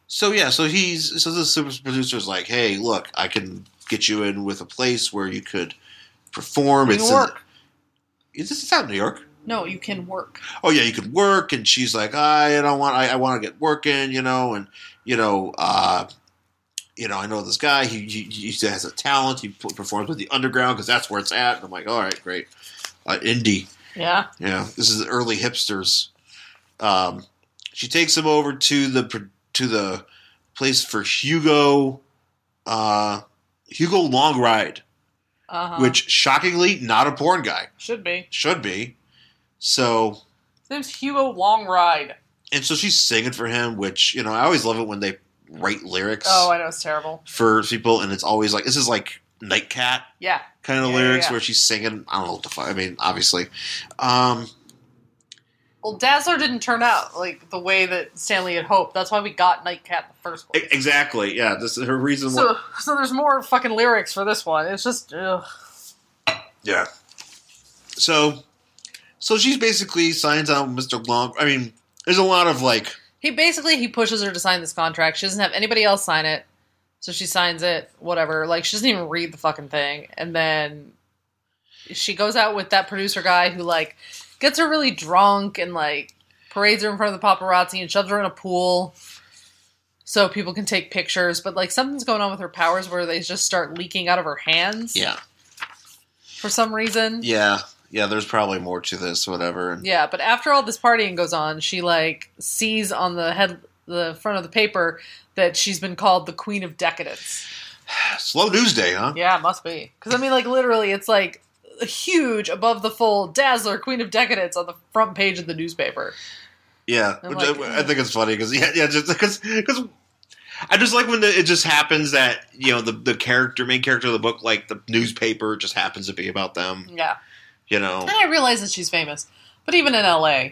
Speaker 2: so yeah so he's so the super producer's like hey look i can get you in with a place where you could perform
Speaker 1: You
Speaker 2: it's
Speaker 1: can work.
Speaker 2: In, is this it's out in new york
Speaker 1: No, you can work.
Speaker 2: oh yeah, you could work. And she's like, I don't want, I, I want to get working, you know, and you know, uh, you know, I know this guy. He, he, he has a talent. He p- performs with the underground because that's where it's at. And I'm like, all right, great, uh, indie.
Speaker 1: Yeah.
Speaker 2: You know, this is the early hipsters. Um, she takes him over to the pr- to the place for Hugo, uh, Hugo Long Ride,
Speaker 1: Uh-huh.
Speaker 2: which shockingly not a porn guy
Speaker 1: should be.
Speaker 2: should be. So
Speaker 1: His name's Hugo Long Ride.
Speaker 2: and so she's singing for him, which you know I always love it when they write lyrics
Speaker 1: Oh, I know it's terrible.
Speaker 2: for people, and it's always like this is like Nightcat
Speaker 1: Yeah.
Speaker 2: kind of
Speaker 1: Yeah, yeah,
Speaker 2: lyrics
Speaker 1: yeah.
Speaker 2: where she's singing. I don't know what the fuck. I mean, obviously, um,
Speaker 1: Well, Dazzler didn't turn out like the way that Stanley had hoped. That's why we got Nightcat in the first
Speaker 2: e-
Speaker 1: place.
Speaker 2: exactly. Yeah, this is her reason. why,
Speaker 1: So, so there's more fucking lyrics for this one. It's just ugh.
Speaker 2: yeah. So, so she's basically signs out with Mr. Long. I mean, there's a lot of like,
Speaker 1: he basically he pushes her to sign this contract. She doesn't have anybody else sign it, so she signs it. Whatever. Like she doesn't even read the fucking thing, and then she goes out with that producer guy who like gets her really drunk and like parades her in front of the paparazzi and shoves her in a pool. So people can take pictures, but like something's going on with her powers where they just start leaking out of her hands
Speaker 2: yeah,
Speaker 1: for some reason.
Speaker 2: yeah, yeah. There's probably more to this, whatever. And
Speaker 1: Yeah, but after all this partying goes on, she like sees on the head the front of the paper that she's been called the queen of decadence.
Speaker 2: slow news day, huh?
Speaker 1: Yeah, must be. Cuz I mean like literally it's like a huge above the fold dazzler queen of decadence on the front page of the newspaper.
Speaker 2: Yeah,
Speaker 1: I'm
Speaker 2: which
Speaker 1: like,
Speaker 2: I, I think it's funny because [LAUGHS] yeah, yeah, just because I just like when the, it just happens that you know the the character, main character of the book, like the newspaper, just happens to be about them.
Speaker 1: Yeah.
Speaker 2: You know,
Speaker 1: And I realize that she's famous. But even in LA,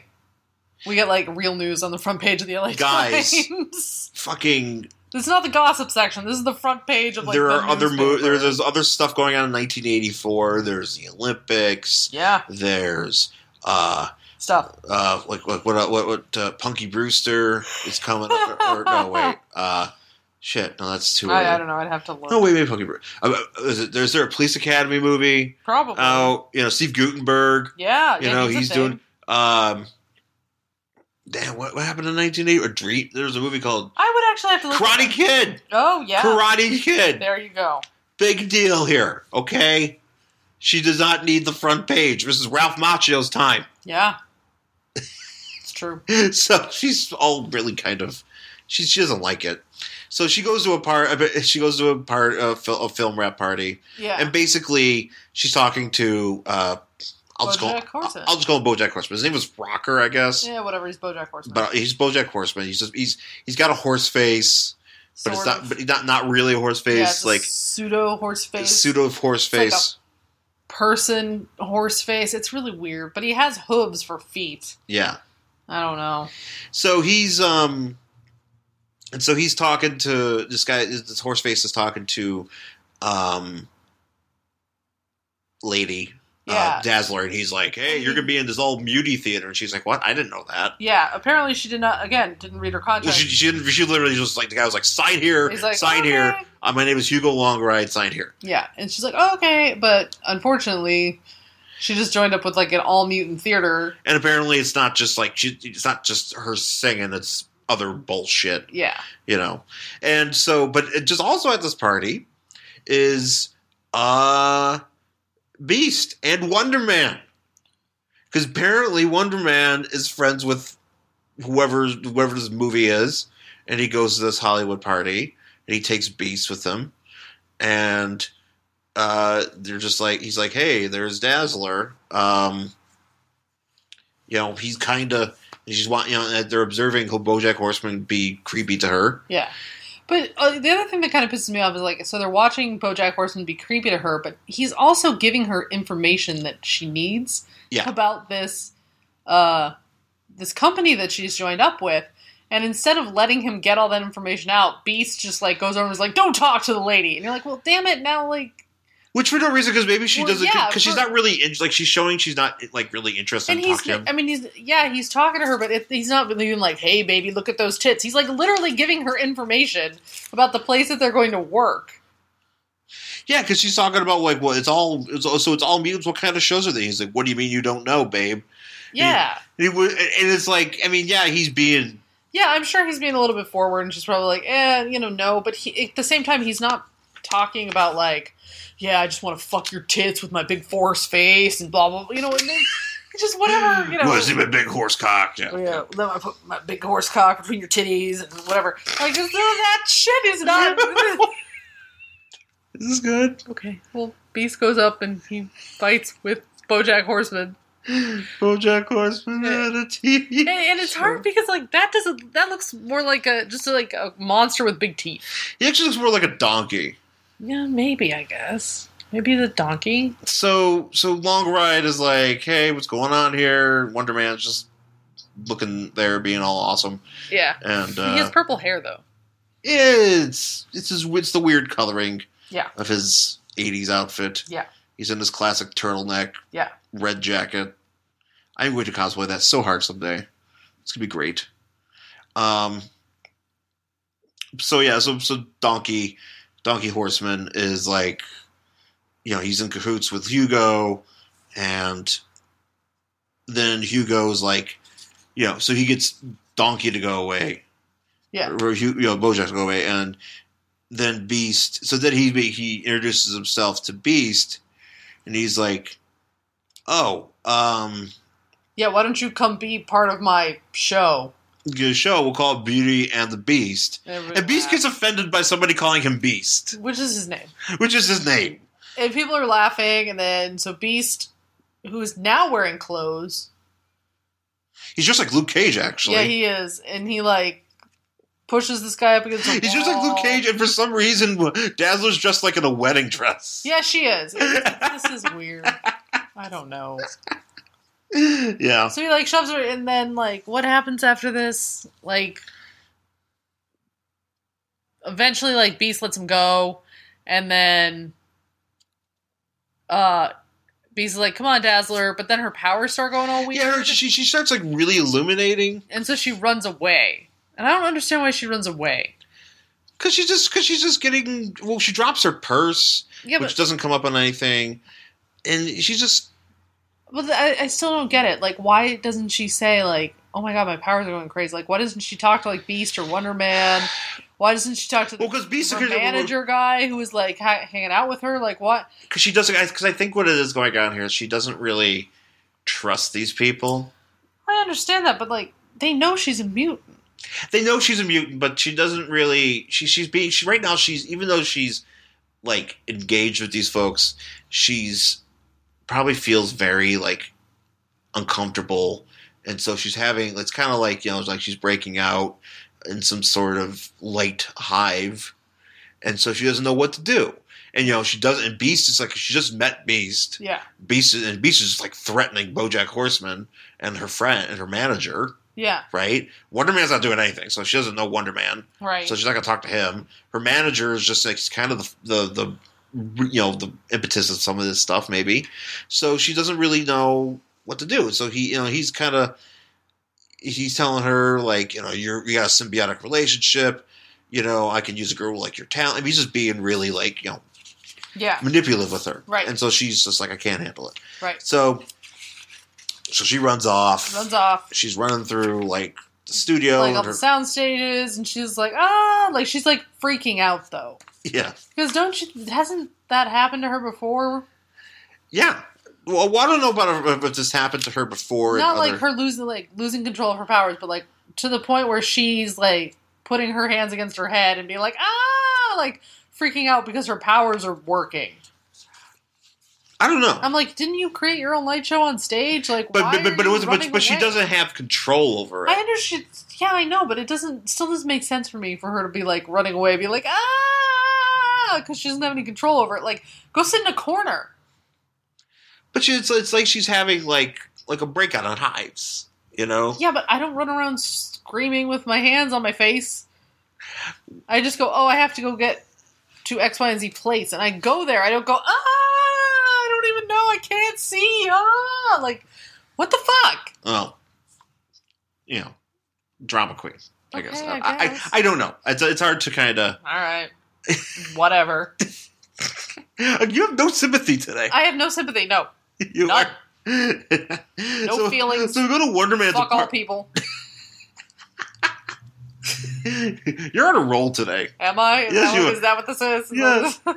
Speaker 1: we get like real news on the front page of the LA
Speaker 2: Guys.
Speaker 1: Times. [LAUGHS]
Speaker 2: fucking
Speaker 1: this is not the gossip section. This is the front page of like
Speaker 2: there
Speaker 1: the
Speaker 2: are other mo-
Speaker 1: newspaper.
Speaker 2: there's, there's other stuff going on in 1984. There's the Olympics.
Speaker 1: Yeah,
Speaker 2: There's uh
Speaker 1: stuff.
Speaker 2: uh like what what what, what uh, Punky Brewster is coming up or,
Speaker 1: [LAUGHS]
Speaker 2: no wait uh shit no that's too early.
Speaker 1: I, I don't know. I'd have to look.
Speaker 2: no wait wait Punky Brewster uh, is, it, is there a Police Academy movie?
Speaker 1: Probably.
Speaker 2: Oh, you know Steve Gutenberg.
Speaker 1: Yeah,
Speaker 2: You
Speaker 1: yeah,
Speaker 2: know
Speaker 1: a
Speaker 2: he's
Speaker 1: thing.
Speaker 2: doing. Um, damn, what, what happened in 1980? Or Dream? There was a movie called
Speaker 1: I would actually have to look.
Speaker 2: Karate Kid.
Speaker 1: Oh yeah, [LAUGHS]
Speaker 2: Karate Kid.
Speaker 1: there you go.
Speaker 2: Big deal here. Okay, she does not need the front page. This is Ralph Macchio's time,
Speaker 1: Yeah, it's true.
Speaker 2: [LAUGHS] so she's all really kind of. She, she doesn't like it, so she goes to a part. She goes to a part of fil- a film rap party,
Speaker 1: Yeah,
Speaker 2: and basically she's talking to uh, I'll just call.
Speaker 1: Bojack Horseman.
Speaker 2: I'll just call him BoJack Horseman. His name was Rocker, I guess.
Speaker 1: Yeah, whatever. He's BoJack Horseman.
Speaker 2: But he's BoJack Horseman. He's just he's he's got a horse face,
Speaker 1: Sort
Speaker 2: but it's not
Speaker 1: of.
Speaker 2: but not not really a horse
Speaker 1: Yeah,
Speaker 2: face.
Speaker 1: it's a
Speaker 2: like
Speaker 1: pseudo horse face,
Speaker 2: pseudo horse
Speaker 1: like a-
Speaker 2: face.
Speaker 1: person horse face. It's really weird. But he has hooves for feet.
Speaker 2: yeah.
Speaker 1: I don't
Speaker 2: Uh,
Speaker 1: know.
Speaker 2: So he's um, and so he's talking to this guy. This horse face is talking to, um, lady.
Speaker 1: Yeah.
Speaker 2: Uh, Dazzler, and he's like, "Hey, you're gonna be in this old muty theater," and she's like, "What? I didn't know that."
Speaker 1: Yeah, apparently she did not. Again, didn't read her contract.
Speaker 2: She, she, didn't- she literally just like the guy was like, "Sign here,
Speaker 1: He's like,
Speaker 2: sign here."
Speaker 1: "Okay."
Speaker 2: Uh, my name is Hugo Longride. Sign here.
Speaker 1: Yeah, and she's like, oh, okay, but unfortunately, she just joined up with like an all mutant theater.
Speaker 2: And apparently, it's not just like she, it's not just her singing; it's other bullshit.
Speaker 1: Yeah,
Speaker 2: you know and so but it just also at this party is uh beast and wonder man because apparently wonder man is friends with whoever whoever this movie is and he goes to this hollywood party and he takes beast with him and uh they're just like he's like hey there's dazzler um you know he's kind of she's want you know they're observing bojack horseman be creepy to her
Speaker 1: yeah. But uh, the other thing that kind of pisses me off is like, so they're watching BoJack Horseman be creepy to her, but he's also giving her information that she needs
Speaker 2: Yeah.
Speaker 1: about this uh, this company that she's joined up with. And instead of letting him get all that information out, Beast just like goes over and is like, "Don't talk to the lady." And you're like, "Well, damn it, now like."
Speaker 2: Which for no reason, because maybe she
Speaker 1: Well,
Speaker 2: doesn't,
Speaker 1: yeah,
Speaker 2: because she's
Speaker 1: for-
Speaker 2: not really in- like she's showing she's not like really interested
Speaker 1: And
Speaker 2: in
Speaker 1: he's,
Speaker 2: talking to him.
Speaker 1: I mean, he's yeah, he's talking to her, but it, he's not really even like, "Hey, baby, look at those tits." He's like literally giving her information about the place that they're going to work.
Speaker 2: Yeah, because she's talking about like, well, it's all it's, all- so it's all mutants. What kind of shows are they? He's like, what do you mean you don't know, babe?
Speaker 1: Yeah.
Speaker 2: And, he would, and it's like, I mean, yeah, he's being
Speaker 1: Yeah, I'm sure he's being a little bit forward, and she's probably like, eh, you know, no. But he, at the same time, he's not talking about like, yeah, I just want to fuck your tits with my big force face and blah blah. blah. You know, and then, it's just whatever. You know,
Speaker 2: well, is he a big horse cock? Yeah.
Speaker 1: Oh, yeah, then I put my big horse cock between your titties and whatever. Like just, that shit is not.
Speaker 2: This is good.
Speaker 1: okay, well, Beast goes up and he fights with BoJack Horseman,
Speaker 2: BoJack Horseman on a TV.
Speaker 1: and, and it's hard because like that doesn't that looks more like a just like a monster with big teeth.
Speaker 2: He actually looks more like a donkey.
Speaker 1: Yeah, maybe I guess. Maybe the donkey.
Speaker 2: So, so Long Ride is like, hey, what's going on here? Wonder Man's just looking there, being all awesome,
Speaker 1: Yeah.
Speaker 2: and
Speaker 1: he
Speaker 2: uh,
Speaker 1: has purple hair though.
Speaker 2: it's it's his, it's the weird coloring
Speaker 1: Yeah.
Speaker 2: of his 80s outfit.
Speaker 1: Yeah.
Speaker 2: He's in his classic turtleneck,
Speaker 1: Yeah.
Speaker 2: red jacket. I'm going to cosplay that so hard someday. It's going to be great. Um so yeah, so so Donkey Donkey Horseman is like you know, he's in cahoots with Hugo and then Hugo's like you know, so he gets Donkey to go away.
Speaker 1: Yeah.
Speaker 2: Or Hu- you know, Bojack to go away and then Beast. So then he he introduces himself to Beast, and he's like, "Oh, um,
Speaker 1: Yeah, why don't you come be part of my show?
Speaker 2: good show. We'll call it Beauty and the Beast." And Beast gets offended by somebody calling him Beast,
Speaker 1: [LAUGHS] which is his name.
Speaker 2: which is his name.
Speaker 1: And people are laughing and then so Beast who is now wearing clothes.
Speaker 2: He's just like Luke Cage, actually.
Speaker 1: Yeah, he is. And he like pushes this guy up against the
Speaker 2: [LAUGHS] he's just like
Speaker 1: wall.
Speaker 2: Luke Cage, and for some reason, Dazzler's dressed like in a wedding dress.
Speaker 1: Yeah, she
Speaker 2: [LAUGHS]
Speaker 1: is. this is weird. I don't know.
Speaker 2: [LAUGHS] yeah.
Speaker 1: So he like shoves her, and then like what happens after this? Like, eventually, like Beast lets him go, and then, uh, Beast is like, "Come on, Dazzler!" But then her powers start going all weird,
Speaker 2: Yeah, her, she she starts like really illuminating
Speaker 1: and so she runs away. And I don't understand why she runs away.
Speaker 2: because she's just because she's just getting well. She drops her purse.
Speaker 1: Yeah,
Speaker 2: which
Speaker 1: but,
Speaker 2: doesn't come up on anything. And she's just
Speaker 1: but I, I still don't get it. Like, why doesn't she say like, "Oh my god, my powers are going crazy"? Like, why doesn't she talk to like Beast or Wonder Man? Why doesn't she talk to
Speaker 2: well because Beast
Speaker 1: her manager guy who was like ha- hanging out with her. Like what?
Speaker 2: because she doesn't because I think what it is going on here is she doesn't really trust these people.
Speaker 1: I understand that, but like they know she's a mutant.
Speaker 2: They know she's a mutant, but she doesn't really she she's being she right now she's even though she's like engaged with these folks, she's probably feels very like uncomfortable, and so she's having. It's kind of like you know, it's like she's breaking out in some sort of light hive, and so she doesn't know what to do. And you know, she doesn't. And Beast is like she just met Beast.
Speaker 1: Yeah.
Speaker 2: Beast is, and Beast is like threatening BoJack Horseman and her friend and her manager.
Speaker 1: Yeah.
Speaker 2: Right? Wonder Man's not doing anything, so she doesn't know Wonder Man.
Speaker 1: Right.
Speaker 2: So she's not gonna talk to him. Her manager is just like kind of the the the you know the impetus of some of this stuff, maybe. So she doesn't really know what to do. So he you know he's kind of he's telling her like you know you're you got a symbiotic relationship. You know I can use a girl like your talent. I mean, he's just being really like you know
Speaker 1: yeah.
Speaker 2: manipulative with her,
Speaker 1: Right.
Speaker 2: And so she's just like I can't handle it.
Speaker 1: Right.
Speaker 2: So so she runs off.
Speaker 1: Runs off.
Speaker 2: She's running through like the studio.
Speaker 1: like all
Speaker 2: and
Speaker 1: the
Speaker 2: her,
Speaker 1: sound stages, and she's like, ah, like she's like freaking out though,
Speaker 2: yeah.
Speaker 1: because don't you? Hasn't that happened to her before?
Speaker 2: Yeah. Well, well, I don't know about if- if this happened to her before. in
Speaker 1: Not
Speaker 2: other-
Speaker 1: like her losing like losing control of her powers, but like to the point where she's like putting her hands against her head and being like, ah, like freaking out because her powers are working.
Speaker 2: I don't know.
Speaker 1: I'm like, didn't you create your own light show on stage? Like,
Speaker 2: but,
Speaker 1: Um, why
Speaker 2: but,
Speaker 1: are
Speaker 2: but, but it
Speaker 1: you
Speaker 2: was but,
Speaker 1: running
Speaker 2: but she
Speaker 1: away?
Speaker 2: doesn't have control over it.
Speaker 1: I understand. Yeah, I know, but it doesn't still doesn't make sense for me for her to be like running away, be like ah, because she doesn't have any control over it. Like, go sit in a corner.
Speaker 2: but she, it's it's like she's having like like a breakout on hives. You know.
Speaker 1: Yeah, but I don't run around screaming with my hands on my face. I just go, oh, I have to go get to X, Y, and Z place, and I go there. I don't go ah, I don't even know, I can't see ah, like what the fuck?
Speaker 2: Oh. You know, drama queen. I guess.
Speaker 1: Okay,
Speaker 2: I,
Speaker 1: I
Speaker 2: I,
Speaker 1: guess.
Speaker 2: I don't know. It's it's hard to kind of.
Speaker 1: All
Speaker 2: [LAUGHS]
Speaker 1: right, whatever.
Speaker 2: [GASPS] You have no sympathy today.
Speaker 1: I have no sympathy. No,
Speaker 2: [LAUGHS] you
Speaker 1: none.
Speaker 2: are. [LAUGHS] no so,
Speaker 1: feelings.
Speaker 2: So we go to Wonder Man's
Speaker 1: fuck all
Speaker 2: apart-
Speaker 1: people.
Speaker 2: [LAUGHS] You're on a roll
Speaker 1: [LAUGHS]
Speaker 2: today.
Speaker 1: Am I? Is,
Speaker 2: Yes,
Speaker 1: that,
Speaker 2: you
Speaker 1: what-
Speaker 2: are.
Speaker 1: is that what this is?
Speaker 2: Yes.
Speaker 1: [LAUGHS] All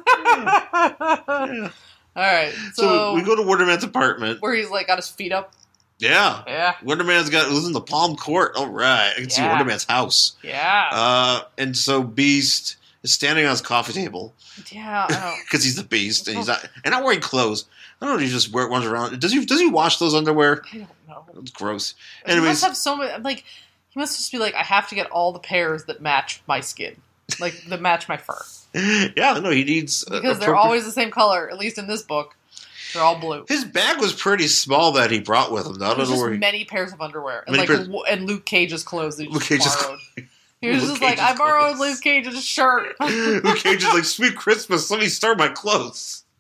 Speaker 2: Yeah.
Speaker 1: right.
Speaker 2: So,
Speaker 1: So,
Speaker 2: we go to Wonder Man's apartment.
Speaker 1: where he's like got his feet up.
Speaker 2: Yeah.
Speaker 1: Yeah.
Speaker 2: Wonder Man's got was in the Palm Court. All right, I can see
Speaker 1: Yeah.
Speaker 2: Wonder Man's house.
Speaker 1: Yeah.
Speaker 2: Uh, and so Beast is standing on his coffee table
Speaker 1: yeah. I don't-
Speaker 2: because he's the Beast, and he's not and not wearing clothes. I don't know. if He just wear, runs around. Does he? Does he wash those underwear?
Speaker 1: I don't know.
Speaker 2: It's gross. [LAUGHS]
Speaker 1: he
Speaker 2: Anyways,
Speaker 1: must have so many. I'm like, he must just be like, I have to get all the pairs that match my skin, like that match my
Speaker 2: [LAUGHS]
Speaker 1: fur,
Speaker 2: yeah, no, he needs uh,
Speaker 1: because they're
Speaker 2: appropriate-
Speaker 1: always the same color. At least in this book, they're all blue.
Speaker 2: His bag was pretty small that he brought with him. Though. I
Speaker 1: There's
Speaker 2: don't know
Speaker 1: just
Speaker 2: where. He,
Speaker 1: many pairs of underwear, and like
Speaker 2: Many pairs-
Speaker 1: w- and Luke Cage's clothes that he
Speaker 2: Luke
Speaker 1: Luke
Speaker 2: Cage's
Speaker 1: Cage's borrowed. He was
Speaker 2: Luke
Speaker 1: just like,
Speaker 2: Cage's
Speaker 1: I borrowed
Speaker 2: clothes."
Speaker 1: Luke Cage's shirt.
Speaker 2: [LAUGHS] Luke Cage is like, "Sweet Christmas, let me store my clothes." [LAUGHS]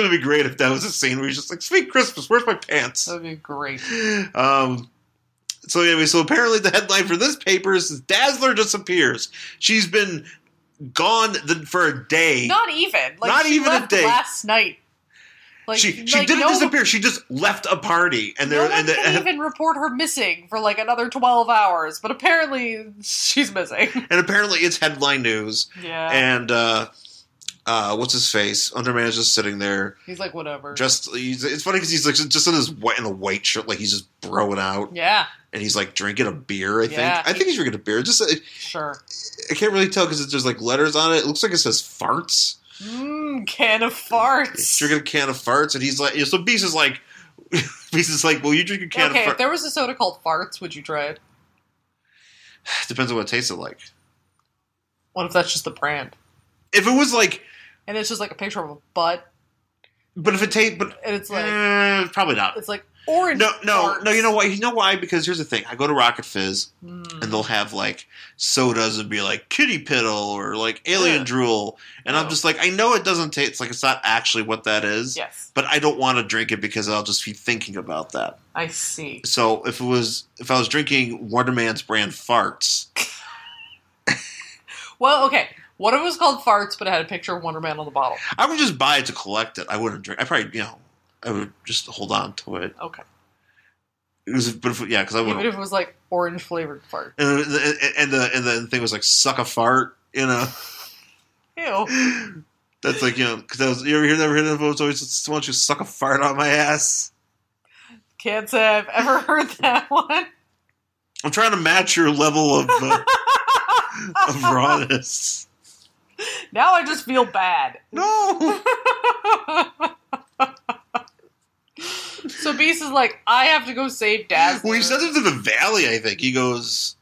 Speaker 1: [SIGHS]
Speaker 2: it'd be great if [LAUGHS] that was a scene where he's just like, "Sweet Christmas, where's my pants?"
Speaker 1: That'd be great.
Speaker 2: um, so anyway, so apparently the headline for this paper is Dazzler disappears. She's been gone the, for a day.
Speaker 1: Not even. Like,
Speaker 2: Not
Speaker 1: she
Speaker 2: even a
Speaker 1: left
Speaker 2: day.
Speaker 1: Last night. Like
Speaker 2: she she
Speaker 1: like,
Speaker 2: didn't
Speaker 1: no,
Speaker 2: disappear. She just left a party, and
Speaker 1: No
Speaker 2: there
Speaker 1: one
Speaker 2: and, the,
Speaker 1: can even report her missing for like another twelve hours, but apparently she's missing.
Speaker 2: and apparently it's headline news.
Speaker 1: [LAUGHS] Yeah.
Speaker 2: And uh, uh, what's his face? Underman is just sitting there.
Speaker 1: he's like, whatever.
Speaker 2: Just he's, it's funny because he's like just in his white in a white shirt, like he's just broing out,
Speaker 1: yeah,
Speaker 2: and he's like drinking a beer. I think
Speaker 1: Yeah.
Speaker 2: I think he's drinking a beer. Just uh, I
Speaker 1: sure.
Speaker 2: I can't really tell because there's like letters on it. It looks like it says farts.
Speaker 1: Mmm, can of farts.
Speaker 2: drinking a can of farts, and he's like, yeah, so Beast is like, [LAUGHS] Beast is like, well, you drink a can
Speaker 1: okay,
Speaker 2: of
Speaker 1: if
Speaker 2: farts.
Speaker 1: there was a soda called farts, would you try it?
Speaker 2: [SIGHS] Depends on what it tasted like.
Speaker 1: What if that's just the brand?
Speaker 2: If it was like,
Speaker 1: And it's just like a picture of a butt,
Speaker 2: but if it tastes, but
Speaker 1: and it's like
Speaker 2: eh, probably not.
Speaker 1: it's like orange.
Speaker 2: No, no,
Speaker 1: farts.
Speaker 2: no. You know why? You know why? Because here's the thing: I go to Rocket Fizz,
Speaker 1: Mm.
Speaker 2: and they'll have like sodas and be like kitty piddle or like alien
Speaker 1: Yeah.
Speaker 2: drool, and I'm
Speaker 1: Oh.
Speaker 2: just like, I know it doesn't taste it's like it's not actually what that is.
Speaker 1: Yes,
Speaker 2: But I don't want to drink it because I'll just be thinking about that.
Speaker 1: I see.
Speaker 2: So if it was, if I was drinking Wonder Man's brand farts,
Speaker 1: Well, okay. What if it was called farts, but it had a picture of Wonder Man on the bottle?
Speaker 2: I would just buy it to collect it. I wouldn't drink. I probably, you know, I would just hold on to it.
Speaker 1: Okay.
Speaker 2: It was, but if, yeah, because I
Speaker 1: Even
Speaker 2: would.
Speaker 1: if it was like orange flavored fart.
Speaker 2: And the, and the and the thing was like suck a fart, you know.
Speaker 1: Ew.
Speaker 2: [LAUGHS] That's like you know because I was you ever hear never heard that voice always just want you to suck a fart on my ass.
Speaker 1: Can't say I've ever [LAUGHS] heard that one.
Speaker 2: I'm trying to match your level of uh, of rawness.
Speaker 1: Now I just feel bad. [LAUGHS]
Speaker 2: No,
Speaker 1: so Beast is like, I have to go save Dazzler.
Speaker 2: Well, he sends him to the valley. I think he goes.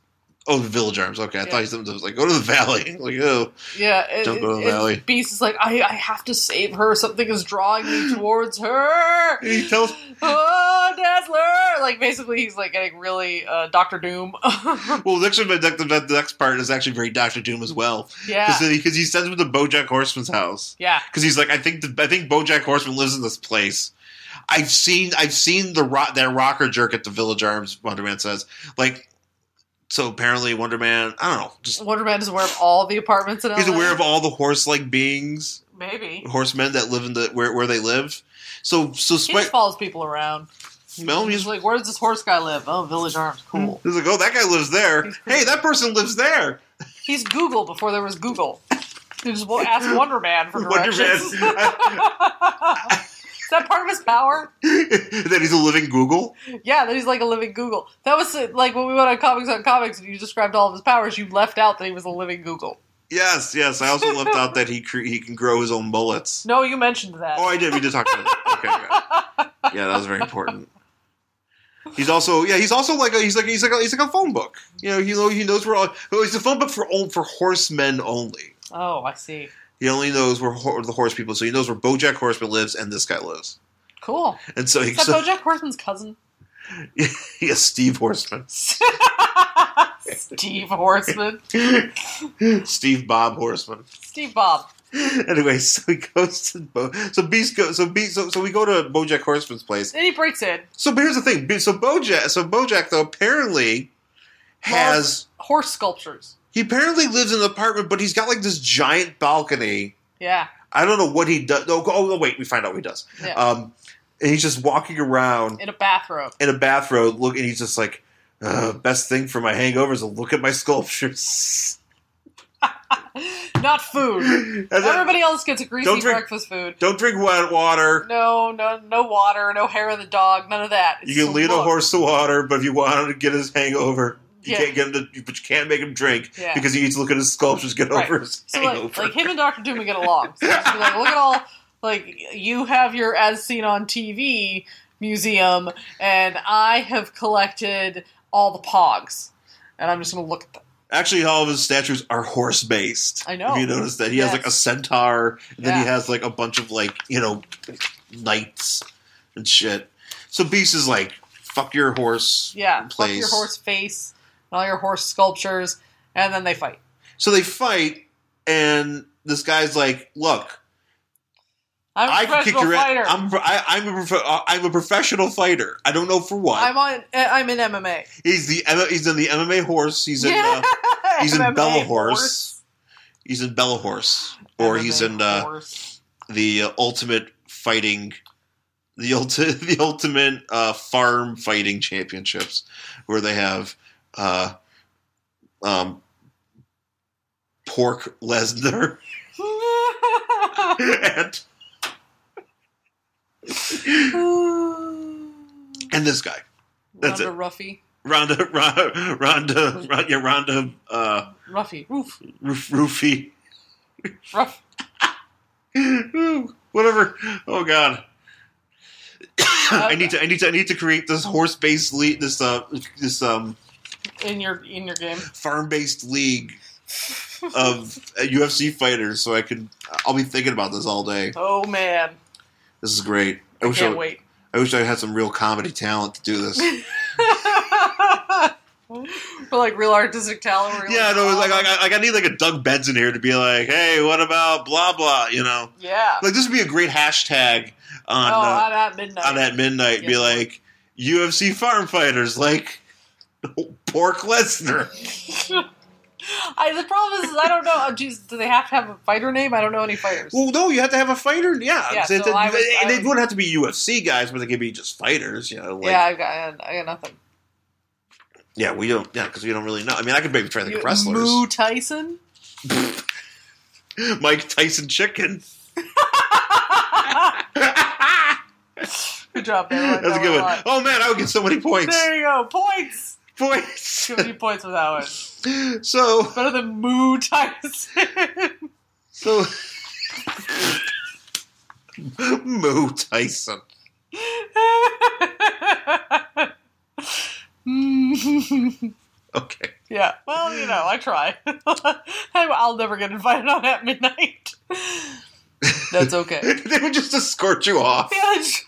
Speaker 2: Oh, the village arms. Okay, I
Speaker 1: Yeah.
Speaker 2: thought he sent him to like go to the valley. [LAUGHS] Like oh,
Speaker 1: yeah, it,
Speaker 2: Don't go to
Speaker 1: it-
Speaker 2: the valley.
Speaker 1: Beast is like, I, I have to save her. Something is drawing me towards her.
Speaker 2: And he tells.
Speaker 1: [LAUGHS] Oh, Dazzler! Like basically, he's like getting really uh, Doctor Doom. [LAUGHS]
Speaker 2: Well, the next, the, next, the next part is actually very Doctor Doom as well,
Speaker 1: yeah,
Speaker 2: because he, 'cause he sends him to Bojack Horseman's house.
Speaker 1: yeah.
Speaker 2: Because he's like, I think the, I think Bojack Horseman lives in this place. I've seen I've seen the rock that rocker jerk at the Village Arms. Wonder Man says like, so apparently Wonder Man. I don't know. Just
Speaker 1: Wonder Man is aware of all the apartments in.
Speaker 2: he's
Speaker 1: LA.
Speaker 2: aware of all the horse like beings,
Speaker 1: maybe.
Speaker 2: horsemen that live in the where where they live. So so
Speaker 1: He
Speaker 2: Spike.
Speaker 1: just follows people around.
Speaker 2: Well,
Speaker 1: He's
Speaker 2: he's
Speaker 1: like, where does this horse guy live? Oh, Village Arms. Cool.
Speaker 2: He's like, oh, that guy lives there.
Speaker 1: He's cool.
Speaker 2: Hey, that person lives there.
Speaker 1: He's Google before there was Google. He just wo-
Speaker 2: [LAUGHS]
Speaker 1: asked Wonder Man for
Speaker 2: Wonder Man. [LAUGHS]
Speaker 1: directions. [LAUGHS] Is that part of his power?
Speaker 2: that he's a living Google.
Speaker 1: Yeah, that he's like a living Google. That was uh, like when we went on Comics on Comics and you described all of his powers, you left out that he was a living Google.
Speaker 2: Yes, yes. I also left out that he cre- he can grow his own bullets.
Speaker 1: No, you mentioned that.
Speaker 2: Oh, I did. We did talk about that. Okay, yeah. yeah, that was very important. He's also yeah. He's also like a, he's like he's like a, he's like a phone book. You know, he know he knows where all. Oh, he's a phone book for all- for horsemen only.
Speaker 1: oh, I see.
Speaker 2: He only knows where ho- the horse people. So he knows where BoJack Horseman lives and this guy lives.
Speaker 1: Cool.
Speaker 2: And so he
Speaker 1: Is that
Speaker 2: so,
Speaker 1: Bojack Horseman's cousin? [LAUGHS]
Speaker 2: [LAUGHS] he has Steve Horseman,
Speaker 1: Steve Horseman.
Speaker 2: Steve Bob Horseman.
Speaker 1: Steve Bob.
Speaker 2: anyway, so he goes to Bo- so Beast go so Beast so, so we go to Bojack Horseman's place.
Speaker 1: Then he breaks in.
Speaker 2: So but here's the thing. Be- So Bojack so Bojack though apparently has
Speaker 1: Horse sculptures.
Speaker 2: he apparently lives in an apartment, but he's got like this giant balcony.
Speaker 1: Yeah.
Speaker 2: I don't know what he does. Oh, go- oh wait, we find out what he does.
Speaker 1: Yeah.
Speaker 2: Um, and he's just walking around
Speaker 1: In a bathrobe. [LAUGHS]
Speaker 2: in a bathrobe, look, and he's just like, "Uh, best thing for my hangover is to look at my sculptures. [LAUGHS]
Speaker 1: Not food.
Speaker 2: And then,
Speaker 1: Everybody else gets a greasy
Speaker 2: Don't drink-
Speaker 1: breakfast food.
Speaker 2: don't drink wet water.
Speaker 1: No, no, no water, no hair of the dog, none of that. It's
Speaker 2: You can
Speaker 1: just
Speaker 2: lead a
Speaker 1: look.
Speaker 2: horse to water, but if you want him to get his hangover, you
Speaker 1: Yeah.
Speaker 2: can't get him to, but you can't make him drink
Speaker 1: Yeah.
Speaker 2: because he needs to look at his sculptures, get
Speaker 1: Right.
Speaker 2: over his
Speaker 1: So like,
Speaker 2: hangover.
Speaker 1: like him and Doctor Doom would get along. So just be like, look at all like you have your as seen on TV museum, and I have collected all the pogs, and I'm just gonna look at them.
Speaker 2: Actually, all of his statues are horse based.
Speaker 1: I know.
Speaker 2: If you notice that he has like a
Speaker 1: Yes.
Speaker 2: centaur, and then he
Speaker 1: Yeah.
Speaker 2: has like a bunch of like you know knights and shit. So Beast is like, "Fuck your horse."
Speaker 1: Yeah, fuck your
Speaker 2: Place.
Speaker 1: horse face and all your horse sculptures, and then they fight.
Speaker 2: So they fight, and this guy's like, "Look,
Speaker 1: I'm a
Speaker 2: I can kick
Speaker 1: professional
Speaker 2: your
Speaker 1: fighter.
Speaker 2: ass. I'm I, I'm a prof- uh, I'm a professional fighter. I don't know for what.
Speaker 1: I'm on. eh, I'm in MMA.
Speaker 2: He's the M- he's in the MMA horse. He's in
Speaker 1: yeah.
Speaker 2: uh, [LAUGHS] he's in
Speaker 1: MMA
Speaker 2: Bella Horse. he's in Bella Horse, or
Speaker 1: MMA
Speaker 2: he's in uh, [LAUGHS]
Speaker 1: horse.
Speaker 2: the uh, Ultimate Fighting, the ulti- [LAUGHS] the Ultimate uh, Farm Fighting Championships, where they have uh, um, Pork Lesnar [LAUGHS] and and this guy That's
Speaker 1: Ronda Ruffy.
Speaker 2: Ronda Ronda Ronda, Ronda yeah Ronda uh,
Speaker 1: Ruffy. Roof.
Speaker 2: Roof, Roofy.
Speaker 1: Ruff.
Speaker 2: Ooh, whatever. Oh God. [COUGHS] I need to. I need to. I need to create this horse-based league, this uh, this um,
Speaker 1: In your in your
Speaker 2: [LAUGHS]
Speaker 1: game.
Speaker 2: farm-based league of uh, UFC fighters, so I can. I'll be thinking about this all day.
Speaker 1: [LAUGHS] Oh man.
Speaker 2: This is great. I
Speaker 1: I
Speaker 2: wish I,
Speaker 1: can't wait. [LAUGHS]
Speaker 2: I wish I had some real comedy talent to do this.
Speaker 1: For like real artistic talent. Real
Speaker 2: yeah, no, like,
Speaker 1: drama.
Speaker 2: like, I- like I need like a Doug Benson here to be like, hey, what about blah blah? You know,
Speaker 1: yeah.
Speaker 2: like this would be a great hashtag on
Speaker 1: oh,
Speaker 2: uh,
Speaker 1: I'm at midnight.
Speaker 2: on at midnight be
Speaker 1: Yes.
Speaker 2: like UFC farm fighters like Pork Lesnar.
Speaker 1: [LAUGHS] I, the problem is, is I don't know. Oh, geez, do they have to have a fighter name? I don't know any fighters.
Speaker 2: Well, no, you have to have a fighter. Yeah,
Speaker 1: Yeah,
Speaker 2: They-
Speaker 1: so
Speaker 2: they,
Speaker 1: I uh, would-
Speaker 2: they-
Speaker 1: I
Speaker 2: they
Speaker 1: would-
Speaker 2: wouldn't have to be UFC guys, but they could be just fighters. You know, like,
Speaker 1: yeah,
Speaker 2: yeah,
Speaker 1: I've got I got nothing.
Speaker 2: yeah, we don't, yeah, because we don't really know. I mean, I could maybe try the
Speaker 1: You-
Speaker 2: wrestlers,
Speaker 1: Moo Tyson. [LAUGHS]
Speaker 2: Mike Tyson chicken. [LAUGHS]
Speaker 1: Good job. man. I like
Speaker 2: That's a
Speaker 1: that
Speaker 2: good
Speaker 1: a
Speaker 2: one.
Speaker 1: lot.
Speaker 2: Oh man, I would get so many points.
Speaker 1: There you go. Points.
Speaker 2: Points.
Speaker 1: Give me points for that one.
Speaker 2: [LAUGHS] so,
Speaker 1: Better than Moo Tyson.
Speaker 2: so [LAUGHS] Mo Tyson.
Speaker 1: Mm.
Speaker 2: Okay.
Speaker 1: [LAUGHS]
Speaker 2: [LAUGHS]
Speaker 1: yeah, well, you know, I try. [LAUGHS] I'll never get invited on at midnight. That's okay.
Speaker 2: [LAUGHS] they would just escort you off.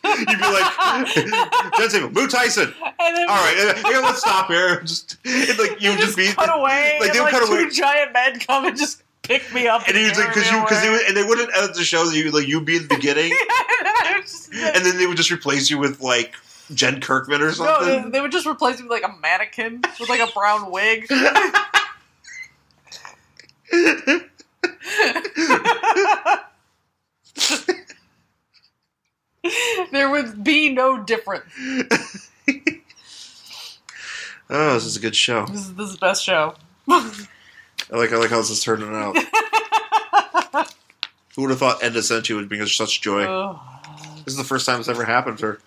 Speaker 2: You'd be like, Jen Sable, Mo Tyson.
Speaker 1: [LAUGHS] and then
Speaker 2: All right, uh, yeah, let's stop here. [LAUGHS] Just and, like
Speaker 1: you
Speaker 2: you would just, be,
Speaker 1: cut away.
Speaker 2: like,
Speaker 1: and,
Speaker 2: they would
Speaker 1: like,
Speaker 2: cut
Speaker 1: two
Speaker 2: away.
Speaker 1: giant men come and just pick me up.
Speaker 2: and you
Speaker 1: carry
Speaker 2: because
Speaker 1: me
Speaker 2: you because they
Speaker 1: away.
Speaker 2: would, and they wouldn't edit the show. You like you'd be in
Speaker 1: [LAUGHS]
Speaker 2: the
Speaker 1: and
Speaker 2: beginning,
Speaker 1: then I would just
Speaker 2: and then they would just replace you with like Jen Kirkman or
Speaker 1: no,
Speaker 2: something.
Speaker 1: they, they would just replace me with like a mannequin with like a brown
Speaker 2: [LAUGHS]
Speaker 1: wig. [LAUGHS] there would be no difference.
Speaker 2: [LAUGHS] oh, this is a good show.
Speaker 1: This is, this is the best show.
Speaker 2: I like I like how this is turning
Speaker 1: [LAUGHS]
Speaker 2: out. Who would have thought End of Century would bring us such joy?
Speaker 1: Uh, Ugh.
Speaker 2: this is the first time it's ever happened for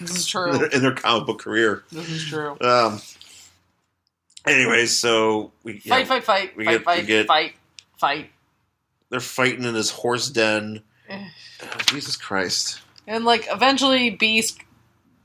Speaker 1: this is
Speaker 2: in their,
Speaker 1: true.
Speaker 2: [LAUGHS] in their comic book career.
Speaker 1: This is true.
Speaker 2: Um. Anyways, so we yeah,
Speaker 1: Fight, fight, fight,
Speaker 2: we
Speaker 1: fight,
Speaker 2: get-
Speaker 1: fight,
Speaker 2: we get-
Speaker 1: fight, fight.
Speaker 2: they're fighting in this horse den.
Speaker 1: Eh.
Speaker 2: Oh, Jesus Christ!
Speaker 1: And like eventually Beast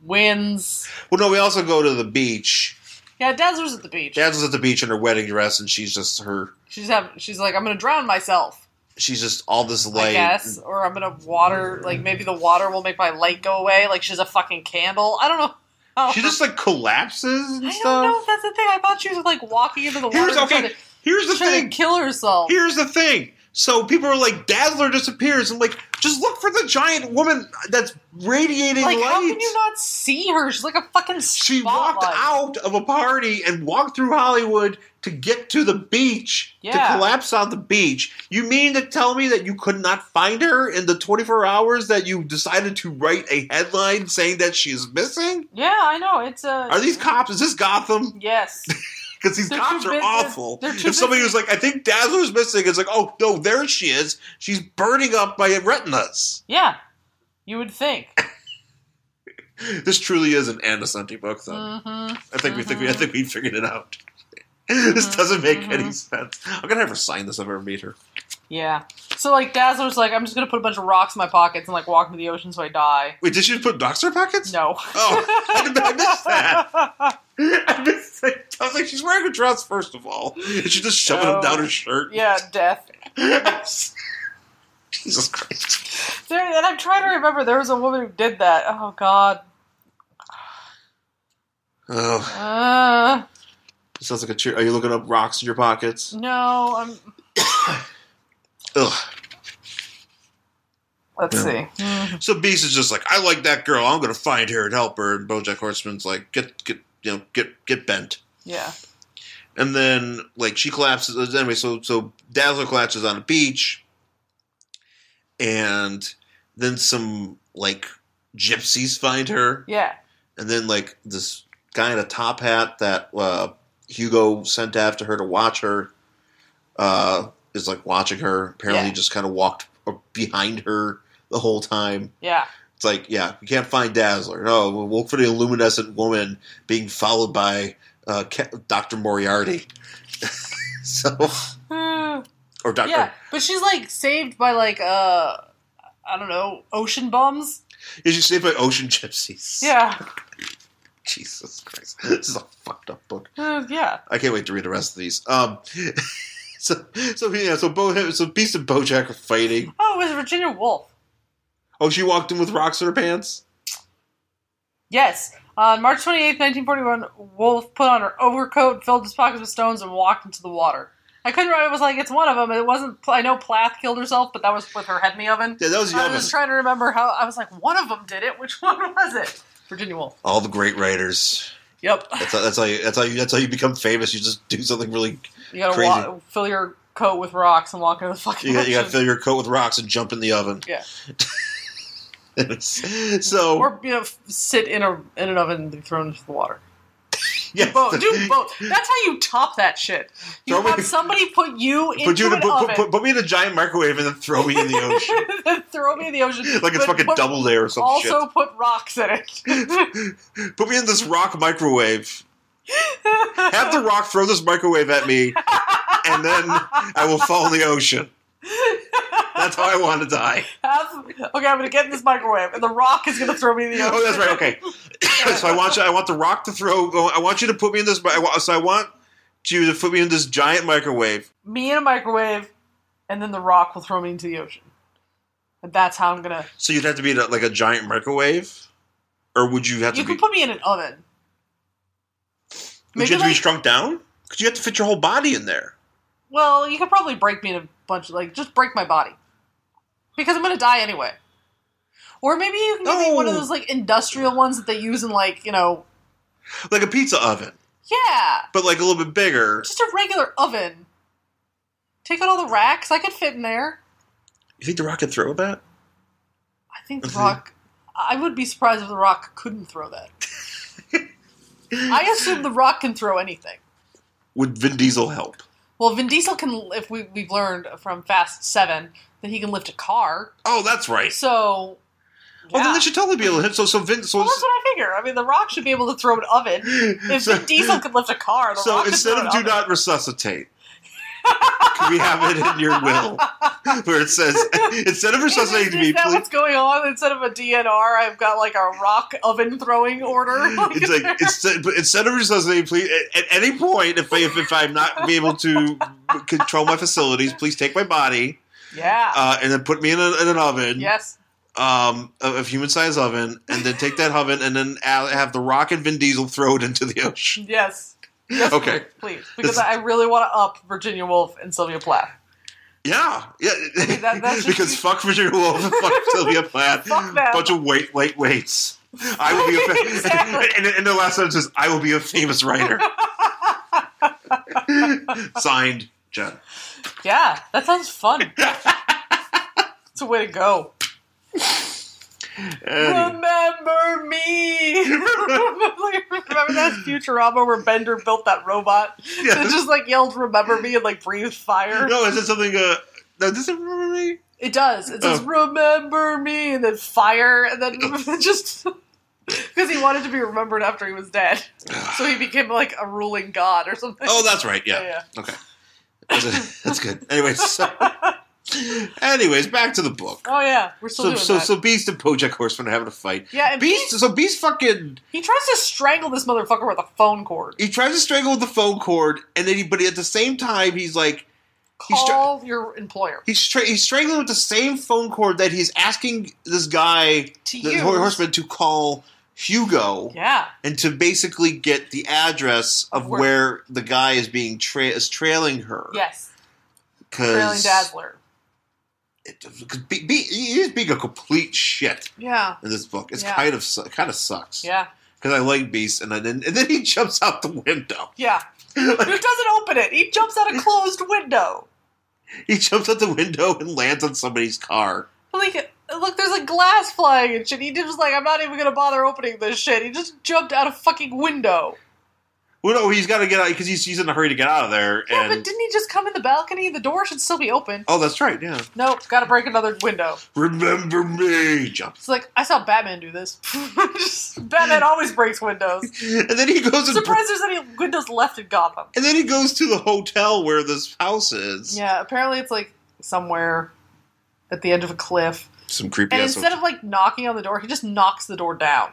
Speaker 1: wins.
Speaker 2: Well, no, we also go to the beach.
Speaker 1: Yeah, Dazzler's at the beach.
Speaker 2: Dad's at the beach in her wedding dress, and she's just her.
Speaker 1: She's having, she's like, I'm gonna drown myself,
Speaker 2: She's just all this light.
Speaker 1: I guess, or I'm gonna water. Like maybe the water will make my light go away. Like she's a fucking candle. I don't know. how-
Speaker 2: She just like collapses and
Speaker 1: I
Speaker 2: stuff.
Speaker 1: don't know if that's the thing. I thought she was like walking into the water.
Speaker 2: Here's
Speaker 1: and
Speaker 2: okay.
Speaker 1: trying to-
Speaker 2: Here's the
Speaker 1: trying
Speaker 2: thing.
Speaker 1: to kill herself.
Speaker 2: Here's the thing. So people are like, Dazzler disappears. I'm like, just look for the giant woman that's radiating
Speaker 1: like
Speaker 2: light.
Speaker 1: how can you not see her? She's like a fucking
Speaker 2: she
Speaker 1: spotlight.
Speaker 2: walked out of a party and walked through Hollywood to get to the beach
Speaker 1: Yeah.
Speaker 2: to collapse on the beach. You mean to tell me that you could not find her in the 24 hours that you decided to write a headline saying that she is missing?
Speaker 1: Yeah, I know. It's a.
Speaker 2: Are these cops? Is this Gotham?
Speaker 1: Yes.
Speaker 2: [LAUGHS] Because these
Speaker 1: They're
Speaker 2: cops
Speaker 1: too
Speaker 2: are
Speaker 1: busy-
Speaker 2: awful.
Speaker 1: they're too
Speaker 2: If somebody
Speaker 1: busy.
Speaker 2: was like, "I think Dazzler's missing," it's like, "Oh no, there she is. She's burning up my retinas."
Speaker 1: yeah. You would think.
Speaker 2: This truly is an Anna Senti book, though.
Speaker 1: hmm
Speaker 2: I think we think we I
Speaker 1: Mhm.
Speaker 2: think we figured it out.
Speaker 1: Mm-hmm.
Speaker 2: this doesn't make any
Speaker 1: mhm.
Speaker 2: sense. I'm gonna have her sign this if I ever meet her.
Speaker 1: Yeah. So like Dazzler's like, I'm just gonna put a bunch of rocks in my pockets and like walk into the ocean so I die.
Speaker 2: Wait, did she put docs in her pockets?
Speaker 1: No.
Speaker 2: Oh,
Speaker 1: [LAUGHS]
Speaker 2: I, I missed that. I missed that. I was like, she's wearing a dress first of all, and she's just shoving
Speaker 1: Oh.
Speaker 2: them down her
Speaker 1: [LAUGHS]
Speaker 2: shirt.
Speaker 1: yeah, death.
Speaker 2: [LAUGHS] Jesus Christ!
Speaker 1: There, and I'm trying to remember. There was a woman who did that. Oh God.
Speaker 2: Oh,
Speaker 1: Uh,
Speaker 2: this sounds like a cheer. Are you looking up rocks in your pockets?
Speaker 1: no, I'm.
Speaker 2: Ugh.
Speaker 1: Let's
Speaker 2: Yeah.
Speaker 1: see. Mhm.
Speaker 2: So Beast is just like, I like that girl. I'm gonna find her and help her. And BoJack Horseman's like, get get you know get get bent.
Speaker 1: Yeah.
Speaker 2: and then like she collapses anyway. So so Dazzler collapses on a beach, and then some like gypsies find her,
Speaker 1: Yeah.
Speaker 2: and then like this guy in a top hat that uh, Hugo sent after her to watch her uh, is like watching her. Apparently,
Speaker 1: Yeah.
Speaker 2: just kind of walked behind her the whole time.
Speaker 1: Yeah.
Speaker 2: It's like, yeah, we can't find Dazzler. No, we'll look for the luminescent woman being followed by uh, Ca- Dr. Moriarty. [LAUGHS] so,
Speaker 1: Hmm.
Speaker 2: or Dr.
Speaker 1: Yeah, but she's like saved by like uh I don't know, ocean bums.
Speaker 2: Is she saved by ocean gypsies?
Speaker 1: Yeah.
Speaker 2: Jesus Christ. This is a fucked up book.
Speaker 1: Uh, yeah.
Speaker 2: I can't wait to read the rest of these. Um, [LAUGHS] so, so, yeah, so, Bo, so Beast and Bojack are fighting.
Speaker 1: Oh, it was Virginia Woolf.
Speaker 2: Oh, she walked in with rocks in her pants?
Speaker 1: Yes. On March 28th, 1941, Wolf put on her overcoat, filled his pockets with stones, and walked into the water. I couldn't remember. It was like, it's one of them. It wasn't, I know Plath killed herself, but that was with her head in the oven.
Speaker 2: Yeah, that was
Speaker 1: I was just
Speaker 2: Yevon.
Speaker 1: trying to remember how, I was like, one of them did it. Which [LAUGHS] one was it? Virginia Woolf.
Speaker 2: All the great writers.
Speaker 1: Yep.
Speaker 2: That's how, that's how you that's how you that's how you become famous. You just do something really
Speaker 1: You gotta
Speaker 2: Crazy.
Speaker 1: wa- fill your coat with rocks and walk into the fucking
Speaker 2: You got, you
Speaker 1: [LAUGHS]
Speaker 2: got to
Speaker 1: ocean.
Speaker 2: fill your coat with rocks and jump in the oven. [LAUGHS]
Speaker 1: Yeah.
Speaker 2: so
Speaker 1: Or you know, f- sit in a in an oven and be thrown into the
Speaker 2: [LAUGHS]
Speaker 1: water.
Speaker 2: yes,
Speaker 1: Both, do both. That's how you top that shit. You
Speaker 2: Throw me- [LAUGHS]
Speaker 1: have somebody put you into
Speaker 2: Put you in a,
Speaker 1: an
Speaker 2: put,
Speaker 1: oven,
Speaker 2: put, put, put me in a giant microwave and then throw me in the
Speaker 1: [LAUGHS]
Speaker 2: ocean [LAUGHS]
Speaker 1: then throw me in the ocean,
Speaker 2: like it's
Speaker 1: but
Speaker 2: fucking
Speaker 1: put-
Speaker 2: Double Day or some
Speaker 1: Also, put rocks in
Speaker 2: [LAUGHS]
Speaker 1: it. [LAUGHS]
Speaker 2: shit. Put me in this rock microwave. Have the rock throw this microwave at me, and then I will fall in the ocean. That's how I want to die.
Speaker 1: Have- okay, I'm gonna get in this microwave, and the rock is gonna throw me in [LAUGHS] the ocean.
Speaker 2: [LAUGHS] Oh, that's right. Okay. [LAUGHS] so I want you. I want the rock to throw. I want you to put me in this. mi- I wa- So I want you to put me in this giant microwave.
Speaker 1: Me in a microwave, and then the rock will throw me into the ocean. And that's how I'm gonna.
Speaker 2: So you'd have to be in a, like a giant microwave, or would you have
Speaker 1: You
Speaker 2: to be?
Speaker 1: could put me in an oven.
Speaker 2: would
Speaker 1: Maybe
Speaker 2: you have to be
Speaker 1: like-
Speaker 2: shrunk down? Because you have to fit your whole body in there.
Speaker 1: Well, you could probably break me in a bunch. Of, like, just break my body because I'm gonna die anyway. Or maybe you can give me one of
Speaker 2: No.
Speaker 1: those like industrial ones that they use in like you know,
Speaker 2: like a pizza oven,
Speaker 1: yeah,
Speaker 2: but like a little bit bigger.
Speaker 1: just a regular oven. Take out all the racks. I could fit in there.
Speaker 2: You think the rock could throw that?
Speaker 1: I think the
Speaker 2: Mhm.
Speaker 1: Rock. I would be surprised if the Rock couldn't throw
Speaker 2: [LAUGHS]
Speaker 1: that. I assume the Rock can throw anything.
Speaker 2: Would Vin Diesel help?
Speaker 1: Well, Vin Diesel can. If we, we've learned from Fast Seven that he can lift a car,
Speaker 2: Oh, that's right.
Speaker 1: so.
Speaker 2: Well, then
Speaker 1: yeah.
Speaker 2: they should totally be able to hit. So, so Vin, so,
Speaker 1: Well, that's what I figure. I mean, The Rock should be able to throw an oven. If
Speaker 2: [LAUGHS] so,
Speaker 1: Vin Diesel could lift a car, The
Speaker 2: so
Speaker 1: Rock
Speaker 2: instead
Speaker 1: could
Speaker 2: of
Speaker 1: throw
Speaker 2: do
Speaker 1: an oven.
Speaker 2: not resuscitate, we have it in your
Speaker 1: [LAUGHS]
Speaker 2: will where it says [LAUGHS] instead of
Speaker 1: Is, is,
Speaker 2: resuscitating me,
Speaker 1: that
Speaker 2: please.
Speaker 1: what's going on? Instead of a DNR, I've got like a rock oven throwing [LAUGHS] order.
Speaker 2: [LAUGHS] It's like instead, but instead of resuscitating, please. At, at any point, if, if if I'm not able to control my facilities, please take my body
Speaker 1: yeah.
Speaker 2: uh, and then put me in, a, in an oven.
Speaker 1: yes.
Speaker 2: um, of, of human sized oven, and then take that oven and then a- have the Rock and Vin Diesel throw it into the ocean.
Speaker 1: Yes.
Speaker 2: Okay.
Speaker 1: please, because
Speaker 2: This-
Speaker 1: I really want to up Virginia Woolf and Sylvia Plath.
Speaker 2: Yeah. Yeah.
Speaker 1: That- that should
Speaker 2: because
Speaker 1: be-
Speaker 2: fuck Virginia Woolf and fuck Sylvia Plath.
Speaker 1: Fuck them.
Speaker 2: Bunch of weight, light weights. I will be a
Speaker 1: [LAUGHS]
Speaker 2: fa-
Speaker 1: Exactly.
Speaker 2: and, and the last sentence is I will be a
Speaker 1: [LAUGHS]
Speaker 2: famous writer. Signed, Jen.
Speaker 1: Yeah, that sounds
Speaker 2: [LAUGHS]
Speaker 1: fun. It's a way to go.
Speaker 2: Anyway.
Speaker 1: Remember me. [LAUGHS] remember that Futurama where Bender built that robot that
Speaker 2: [LAUGHS] Yeah.
Speaker 1: just like yelled "Remember me" and like breathed fire.
Speaker 2: No, is it something? Uh, no, does it remember me?
Speaker 1: It does. It says
Speaker 2: Oh.
Speaker 1: "Remember me" and then fire and then [LAUGHS] just because he wanted to be remembered after he was dead, so he became like a ruling god or something.
Speaker 2: [SIGHS]
Speaker 1: [LAUGHS]
Speaker 2: Oh, that's right. Yeah. Okay. That's, that's good. Anyways, so, anyways, back to the book.
Speaker 1: Oh yeah, we're still
Speaker 2: So,
Speaker 1: doing
Speaker 2: so,
Speaker 1: that.
Speaker 2: so Beast and Bojack Horseman are having a fight.
Speaker 1: yeah, and
Speaker 2: Beast, so Beast fucking
Speaker 1: He tries to strangle this motherfucker with a phone cord.
Speaker 2: he tries to strangle with the phone cord, and then he, but at the same time he's like He's tr-
Speaker 1: Call your employer
Speaker 2: he's stra- he's strangling with the same phone cord that he's asking this guy,
Speaker 1: to
Speaker 2: the
Speaker 1: you.
Speaker 2: Hor- horseman, to call Hugo
Speaker 1: Yeah,
Speaker 2: and to basically get the address of
Speaker 1: Where-
Speaker 2: where, the guy is being tra- is trailing her.
Speaker 1: yes, trailing
Speaker 2: because
Speaker 1: dazzler.
Speaker 2: be, be, he is being a complete shit
Speaker 1: Yeah,
Speaker 2: in this book. It's
Speaker 1: Yeah.
Speaker 2: kind of su- kind of sucks.
Speaker 1: yeah,
Speaker 2: because I like Beast, and then and then he jumps out the window. [LAUGHS]
Speaker 1: yeah. But it doesn't open it. He jumps out a closed window.
Speaker 2: He jumps out the window and lands on somebody's car.
Speaker 1: Like, look, there's like glass flying and shit. He just like, I'm not even gonna bother opening this shit. He just jumped out a fucking window.
Speaker 2: Well, no, he's got to get out because he's he's in a hurry to get out of there.
Speaker 1: Yeah,
Speaker 2: and
Speaker 1: but didn't he just come in the balcony? The door should still be open.
Speaker 2: oh, that's right. Yeah,
Speaker 1: Nope, gotta break another window.
Speaker 2: remember me? Jump,
Speaker 1: It's like I saw Batman do this. [LAUGHS] Just- Batman always breaks windows.
Speaker 2: and then he goes and,
Speaker 1: Surprised there's any windows left in Gotham.
Speaker 2: and then he goes to the hotel where this house is.
Speaker 1: Yeah, apparently it's like somewhere at the edge of a cliff.
Speaker 2: some creepy.
Speaker 1: And
Speaker 2: ass
Speaker 1: instead of like knocking on the door, he just knocks the door down.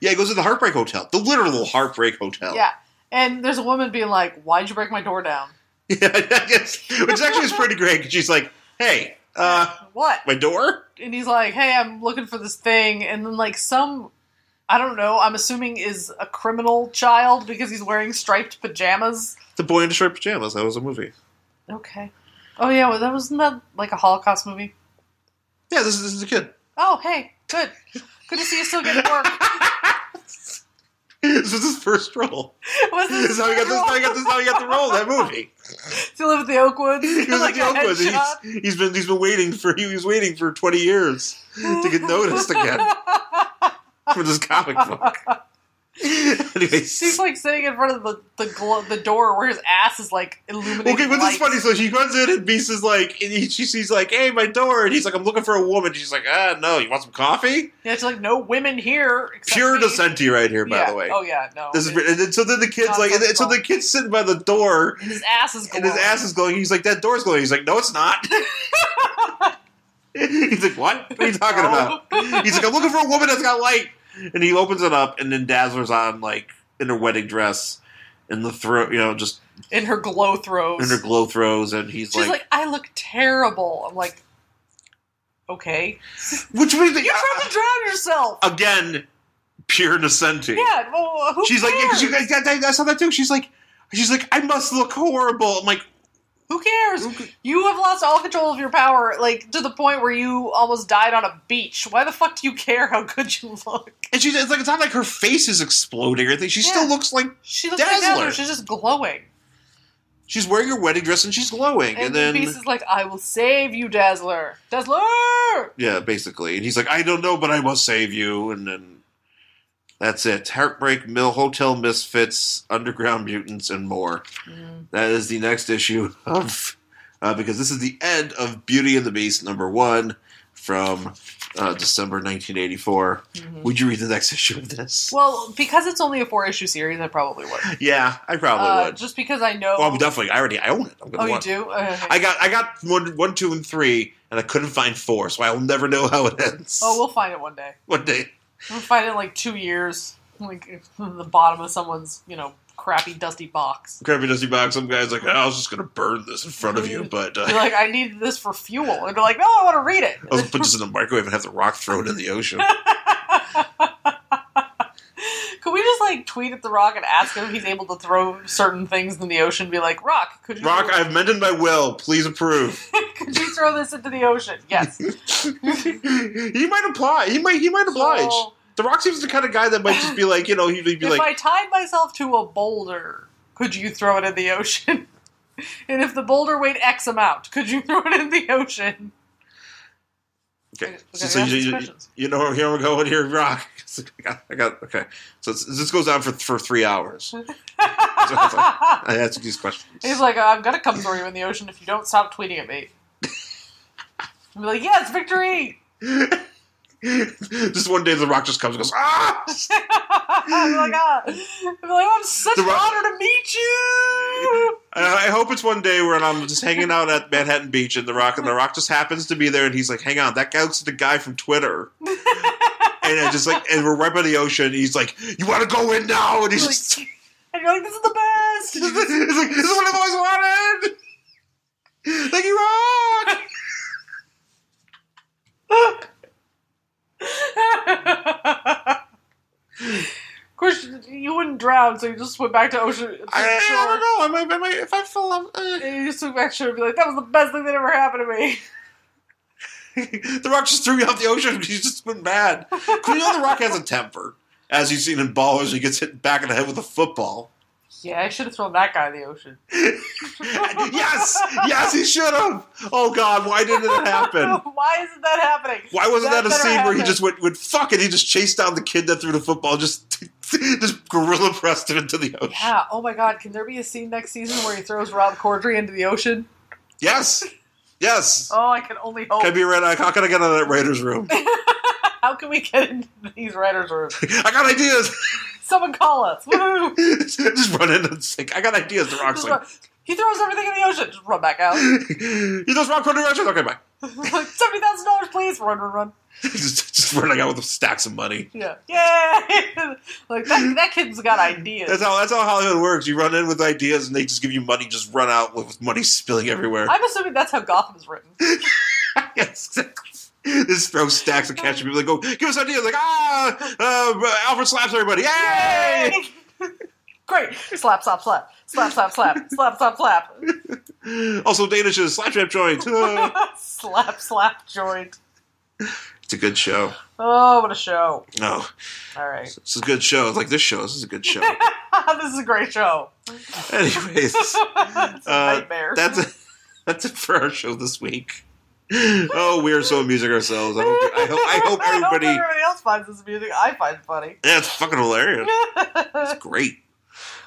Speaker 2: yeah, he goes to the Heartbreak Hotel, the literal Heartbreak Hotel.
Speaker 1: Yeah. And there's a woman being like, Why'd you break my door down?
Speaker 2: [LAUGHS] yeah, I guess- which actually is pretty great. 'cause she's like, "Hey, uh,
Speaker 1: what?
Speaker 2: my door."
Speaker 1: And he's like, Hey, I'm looking for this thing. And then like some, I don't know, I'm assuming is a criminal child because he's wearing striped pajamas.
Speaker 2: The boy in the striped pajamas. That was a movie.
Speaker 1: Okay. Oh yeah, well, that wasn't that like a Holocaust movie.
Speaker 2: Yeah, this is, this is a kid. [LAUGHS]
Speaker 1: Oh hey, good, good to see you still getting work.
Speaker 2: this was his first role.
Speaker 1: Was
Speaker 2: This is how he got this. How he got this. How he got the role. in That movie.
Speaker 1: Do you live at the Oakwoods?
Speaker 2: He was
Speaker 1: Like
Speaker 2: like,
Speaker 1: a
Speaker 2: "Yo, Quiz,
Speaker 1: headshot?
Speaker 2: he's, he's been he's been waiting for he was waiting for twenty years to get noticed again for this comic book. [LAUGHS] Anyways.
Speaker 1: [LAUGHS] She's like sitting in front of the the, glo- the door where his ass is like illuminated.
Speaker 2: Okay, but this
Speaker 1: lights.
Speaker 2: is funny. So she runs in, and Beast is like, and he, she, she's like, "Hey, my door!" And he's like, "I'm looking for a woman." She's like, "Ah, no, you want some coffee?"
Speaker 1: Yeah, it's like no women here. except
Speaker 2: Pure
Speaker 1: me.
Speaker 2: dissenti right here, by
Speaker 1: Yeah.
Speaker 2: the way.
Speaker 1: Oh yeah, no.
Speaker 2: This is,
Speaker 1: It-
Speaker 2: and then, so then the kid's
Speaker 1: Not
Speaker 2: like, and then- so
Speaker 1: possible.
Speaker 2: the kid's sitting by the door,
Speaker 1: and his ass is
Speaker 2: and his
Speaker 1: glowing.
Speaker 2: ass is glowing. He's like, "That door's glowing." He's like, "No,
Speaker 1: [LAUGHS]
Speaker 2: it's not." he's like, "What? What are you talking about?" He's like, "I'm looking for a woman that's got light." And he opens it up, and then Dazzler's on like in her wedding dress, and the throw, you know, just
Speaker 1: in her glow throws.
Speaker 2: in her glow throws, and he's
Speaker 1: She's like, I look terrible. I'm like, okay,
Speaker 2: "Which means that
Speaker 1: you're trying to drown yourself.
Speaker 2: again, pure dissenting.
Speaker 1: yeah, well, who
Speaker 2: she's like, yeah,
Speaker 1: cares?
Speaker 2: 'cause you guys, that, that, I saw that too. She's like, she's like, I must look horrible. I'm like,
Speaker 1: who cares? You have lost all control of your power, like to the point where you almost died on a beach. Why the fuck do you care how good you look?
Speaker 2: and she's it's like, it's not like her face is exploding or anything. She
Speaker 1: Yeah.
Speaker 2: still looks like
Speaker 1: She looks like
Speaker 2: Dazzler.
Speaker 1: Dazzler. She's just glowing.
Speaker 2: she's wearing her wedding dress and she's glowing.
Speaker 1: And,
Speaker 2: And,
Speaker 1: then
Speaker 2: then,
Speaker 1: Beast is like, I will save you, Dazzler. Dazzler!
Speaker 2: yeah, basically, and he's like, I don't know, but I must save you. And then that's it. Heartbreak Mill, Hotel Misfits, Underground Mutants, and more.
Speaker 1: Mm.
Speaker 2: That is the next issue of uh, because this is the end of Beauty and the Beast number one from uh, December 1984.
Speaker 1: Mhm.
Speaker 2: Would you read the next [LAUGHS] issue of this?
Speaker 1: Well, because it's only a four issue series, I probably would.
Speaker 2: Yeah, I probably
Speaker 1: Uh,
Speaker 2: would.
Speaker 1: Just because I know.
Speaker 2: Well, I'm definitely. I already I own it. I'm gonna
Speaker 1: oh, you
Speaker 2: want-
Speaker 1: do? Okay.
Speaker 2: I got I got one, one, two, and three, and I couldn't find four, so I will never know how it ends.
Speaker 1: oh, we'll find it one day.
Speaker 2: one day.
Speaker 1: We'll find it in like two years, like in the bottom of someones, you know, crappy dusty box.
Speaker 2: Crappy Dusty Box. Some guy's like, "Oh, I was just gonna burn this in front of you, but uh,
Speaker 1: You're like, I need this for fuel, and they're like, No, I want to read it.
Speaker 2: I'll put this in the microwave and have the rock throw it in the
Speaker 1: [LAUGHS]
Speaker 2: ocean.
Speaker 1: Could we just like tweet at the Rock and ask him if he's able to throw certain things in the ocean? And be like, Rock, could you
Speaker 2: rock, I've amended my will. Please approve.
Speaker 1: could you throw this into the ocean?
Speaker 2: [LAUGHS]
Speaker 1: Yes.
Speaker 2: he might apply. He might. He might oblige.
Speaker 1: So,
Speaker 2: the Rock seems the kind of guy that might just be like, you know, he'd be
Speaker 1: if
Speaker 2: like,
Speaker 1: I tied myself to a boulder, could you throw it in the ocean? [LAUGHS] and if the boulder weighed X amount, could you throw it in the
Speaker 2: [LAUGHS]
Speaker 1: ocean?
Speaker 2: okay.
Speaker 1: Okay,
Speaker 2: So,
Speaker 1: okay,
Speaker 2: so
Speaker 1: ask
Speaker 2: you,
Speaker 1: these
Speaker 2: you,
Speaker 1: questions.
Speaker 2: you know where I'm going [LAUGHS] here, Rock. I got, I got okay. So it's, this goes on for for three hours. it's I answer these questions.
Speaker 1: [LAUGHS] He's like, I'm gonna come throw you in the ocean if you don't stop tweeting at me. I'm like, yes, victory! [LAUGHS]
Speaker 2: [LAUGHS] Just one day, The Rock just comes and goes, ah!
Speaker 1: I'm like, ah. I'm like, I'm such
Speaker 2: The
Speaker 1: an
Speaker 2: Rock-
Speaker 1: honor to meet
Speaker 2: [LAUGHS]
Speaker 1: you.
Speaker 2: I I hope it's one day where I'm just hanging out at Manhattan Beach and The Rock, and The Rock just happens to be there, and he's like, "Hang on, that guy looks like the guy from Twitter." and I just like, and we're right by the ocean. And he's like, "You want to go in now?" And he's
Speaker 1: [LAUGHS]
Speaker 2: just, [LAUGHS]
Speaker 1: Like, and you're like, this is the
Speaker 2: he's
Speaker 1: best.
Speaker 2: like, "This is what I've always wanted." Thank you, Rock.
Speaker 1: of course, you wouldn't drown, so you just went back to ocean. To
Speaker 2: I, I
Speaker 1: shore.
Speaker 2: don't know. I might, I might, if I fell, off, uh, [LAUGHS]
Speaker 1: And you just went back to shore and be like, that was the best thing that ever happened to me.
Speaker 2: The Rock just threw me off the ocean. He's just been mad. 'Cause You know, The Rock has a temper, as you've seen in Ballers. He gets hit back in the head with a football.
Speaker 1: Yeah, I should have thrown that guy in the ocean.
Speaker 2: yes, yes, he should have. Oh God, why didn't it happen?
Speaker 1: [LAUGHS] Why isn't that happening?
Speaker 2: Why wasn't that,
Speaker 1: That
Speaker 2: a
Speaker 1: better
Speaker 2: scene where he
Speaker 1: happen.
Speaker 2: just went, went fuck it? He just chased down the kid that threw the football, just [LAUGHS] just gorilla pressed him into the ocean.
Speaker 1: Yeah. Oh my God. Can there be a scene next season where he throws Rob Corddry into the ocean?
Speaker 2: Yes, yes.
Speaker 1: Oh, I can only hope.
Speaker 2: Can I be right. How can I get out of that Raiders room? [LAUGHS]
Speaker 1: How can we get into these writers' rooms?
Speaker 2: I got ideas. [LAUGHS]
Speaker 1: Someone call us. Woo!
Speaker 2: just run in and sink. I got ideas. The rocks
Speaker 1: Just
Speaker 2: like [LAUGHS]
Speaker 1: run- He throws everything in the ocean. Just run back out.
Speaker 2: he does rock corner directions. Okay, bye. [LAUGHS]
Speaker 1: like seventy thousand dollars, please. Run, run, run.
Speaker 2: just, just running out with stacks of money.
Speaker 1: Yeah. Yay! [LAUGHS] like that. That kid's got ideas.
Speaker 2: That's how that's how Hollywood works. You run in with ideas, and they just give you money. Just run out with money spilling everywhere.
Speaker 1: I'm assuming that's how Gotham's written.
Speaker 2: yes, [LAUGHS] exactly. This throws stacks of cash at people. Like, go give us ideas. Like, ah, uh, Alfred slaps everybody. Yay!
Speaker 1: Yay! [LAUGHS] Great. Slap, slap, slap. Slap, slap, slap. Slap, slap, slap.
Speaker 2: Also, Danishes slap trap joint. [LAUGHS] Uh,
Speaker 1: [LAUGHS] slap, slap joint.
Speaker 2: it's a good show.
Speaker 1: Oh, what a show.
Speaker 2: No,
Speaker 1: All right. [LAUGHS]
Speaker 2: it's a good show. It's like this show. This is a good show.
Speaker 1: this is a great show. [LAUGHS]
Speaker 2: Anyways,
Speaker 1: it's a
Speaker 2: Uh,
Speaker 1: nightmare.
Speaker 2: that's it. That's it for our show this week. oh, we are so amusing ourselves. I hope, I
Speaker 1: [LAUGHS]
Speaker 2: hope, I hope everybody.
Speaker 1: everybody else finds this music. I find it funny.
Speaker 2: Yeah, it's fucking hilarious. [LAUGHS] It's great.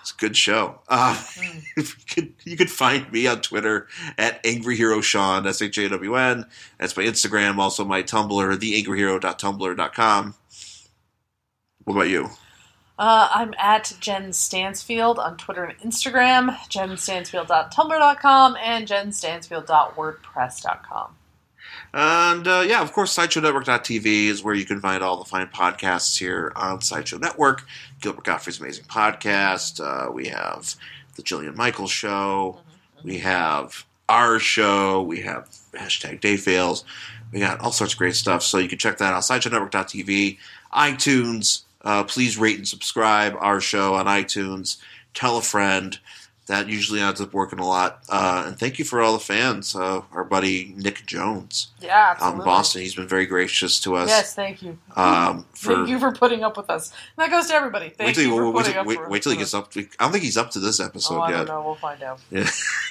Speaker 2: It's a good show. Uh, [LAUGHS] if you could you could find me on Twitter at Angry Hero Sean S H A W N. That's my Instagram, also my Tumblr, theangryhero.tumblr.com. What about you?
Speaker 1: Uh, I'm at Jen Stansfield on Twitter and Instagram, jenstansfield.tumblr.com, and jenstansfield.wordpress.com.
Speaker 2: And uh, yeah, of course, SideshowNetwork.tv is where you can find all the fine podcasts here on Sideshow Network. Gilbert Gottfried's Amazing Podcast. Uh, we have The Jillian Michaels
Speaker 1: Mm-hmm.
Speaker 2: Show. We have our show. We have hashtag Day Fails. We got all sorts of great stuff. So you can check that out. SideshowNetwork.tv, iTunes. Uh, please rate and subscribe our show on iTunes. Tell a friend. That usually ends up working a lot. Uh, and thank you for all the fans. Uh, our buddy Nick Jones
Speaker 1: Yeah,
Speaker 2: out in
Speaker 1: absolutely.
Speaker 2: Boston. He's been very gracious to us.
Speaker 1: Yes, thank you.
Speaker 2: Um, for
Speaker 1: thank you for putting up with us. And that goes to everybody.
Speaker 2: wait
Speaker 1: Thank
Speaker 2: till,
Speaker 1: you for
Speaker 2: wait, wait,
Speaker 1: putting
Speaker 2: till-
Speaker 1: up
Speaker 2: wait,
Speaker 1: for-
Speaker 2: wait till he gets up. To, I don't think he's up to this episode
Speaker 1: Oh, I
Speaker 2: yet.
Speaker 1: don't know. We'll find out.
Speaker 2: [LAUGHS]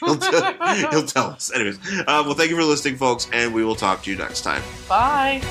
Speaker 2: he'll, uh, tell, he'll tell us. Anyways, um, well, thank you for listening, folks, and we will talk to you next time.
Speaker 1: [LAUGHS] Bye.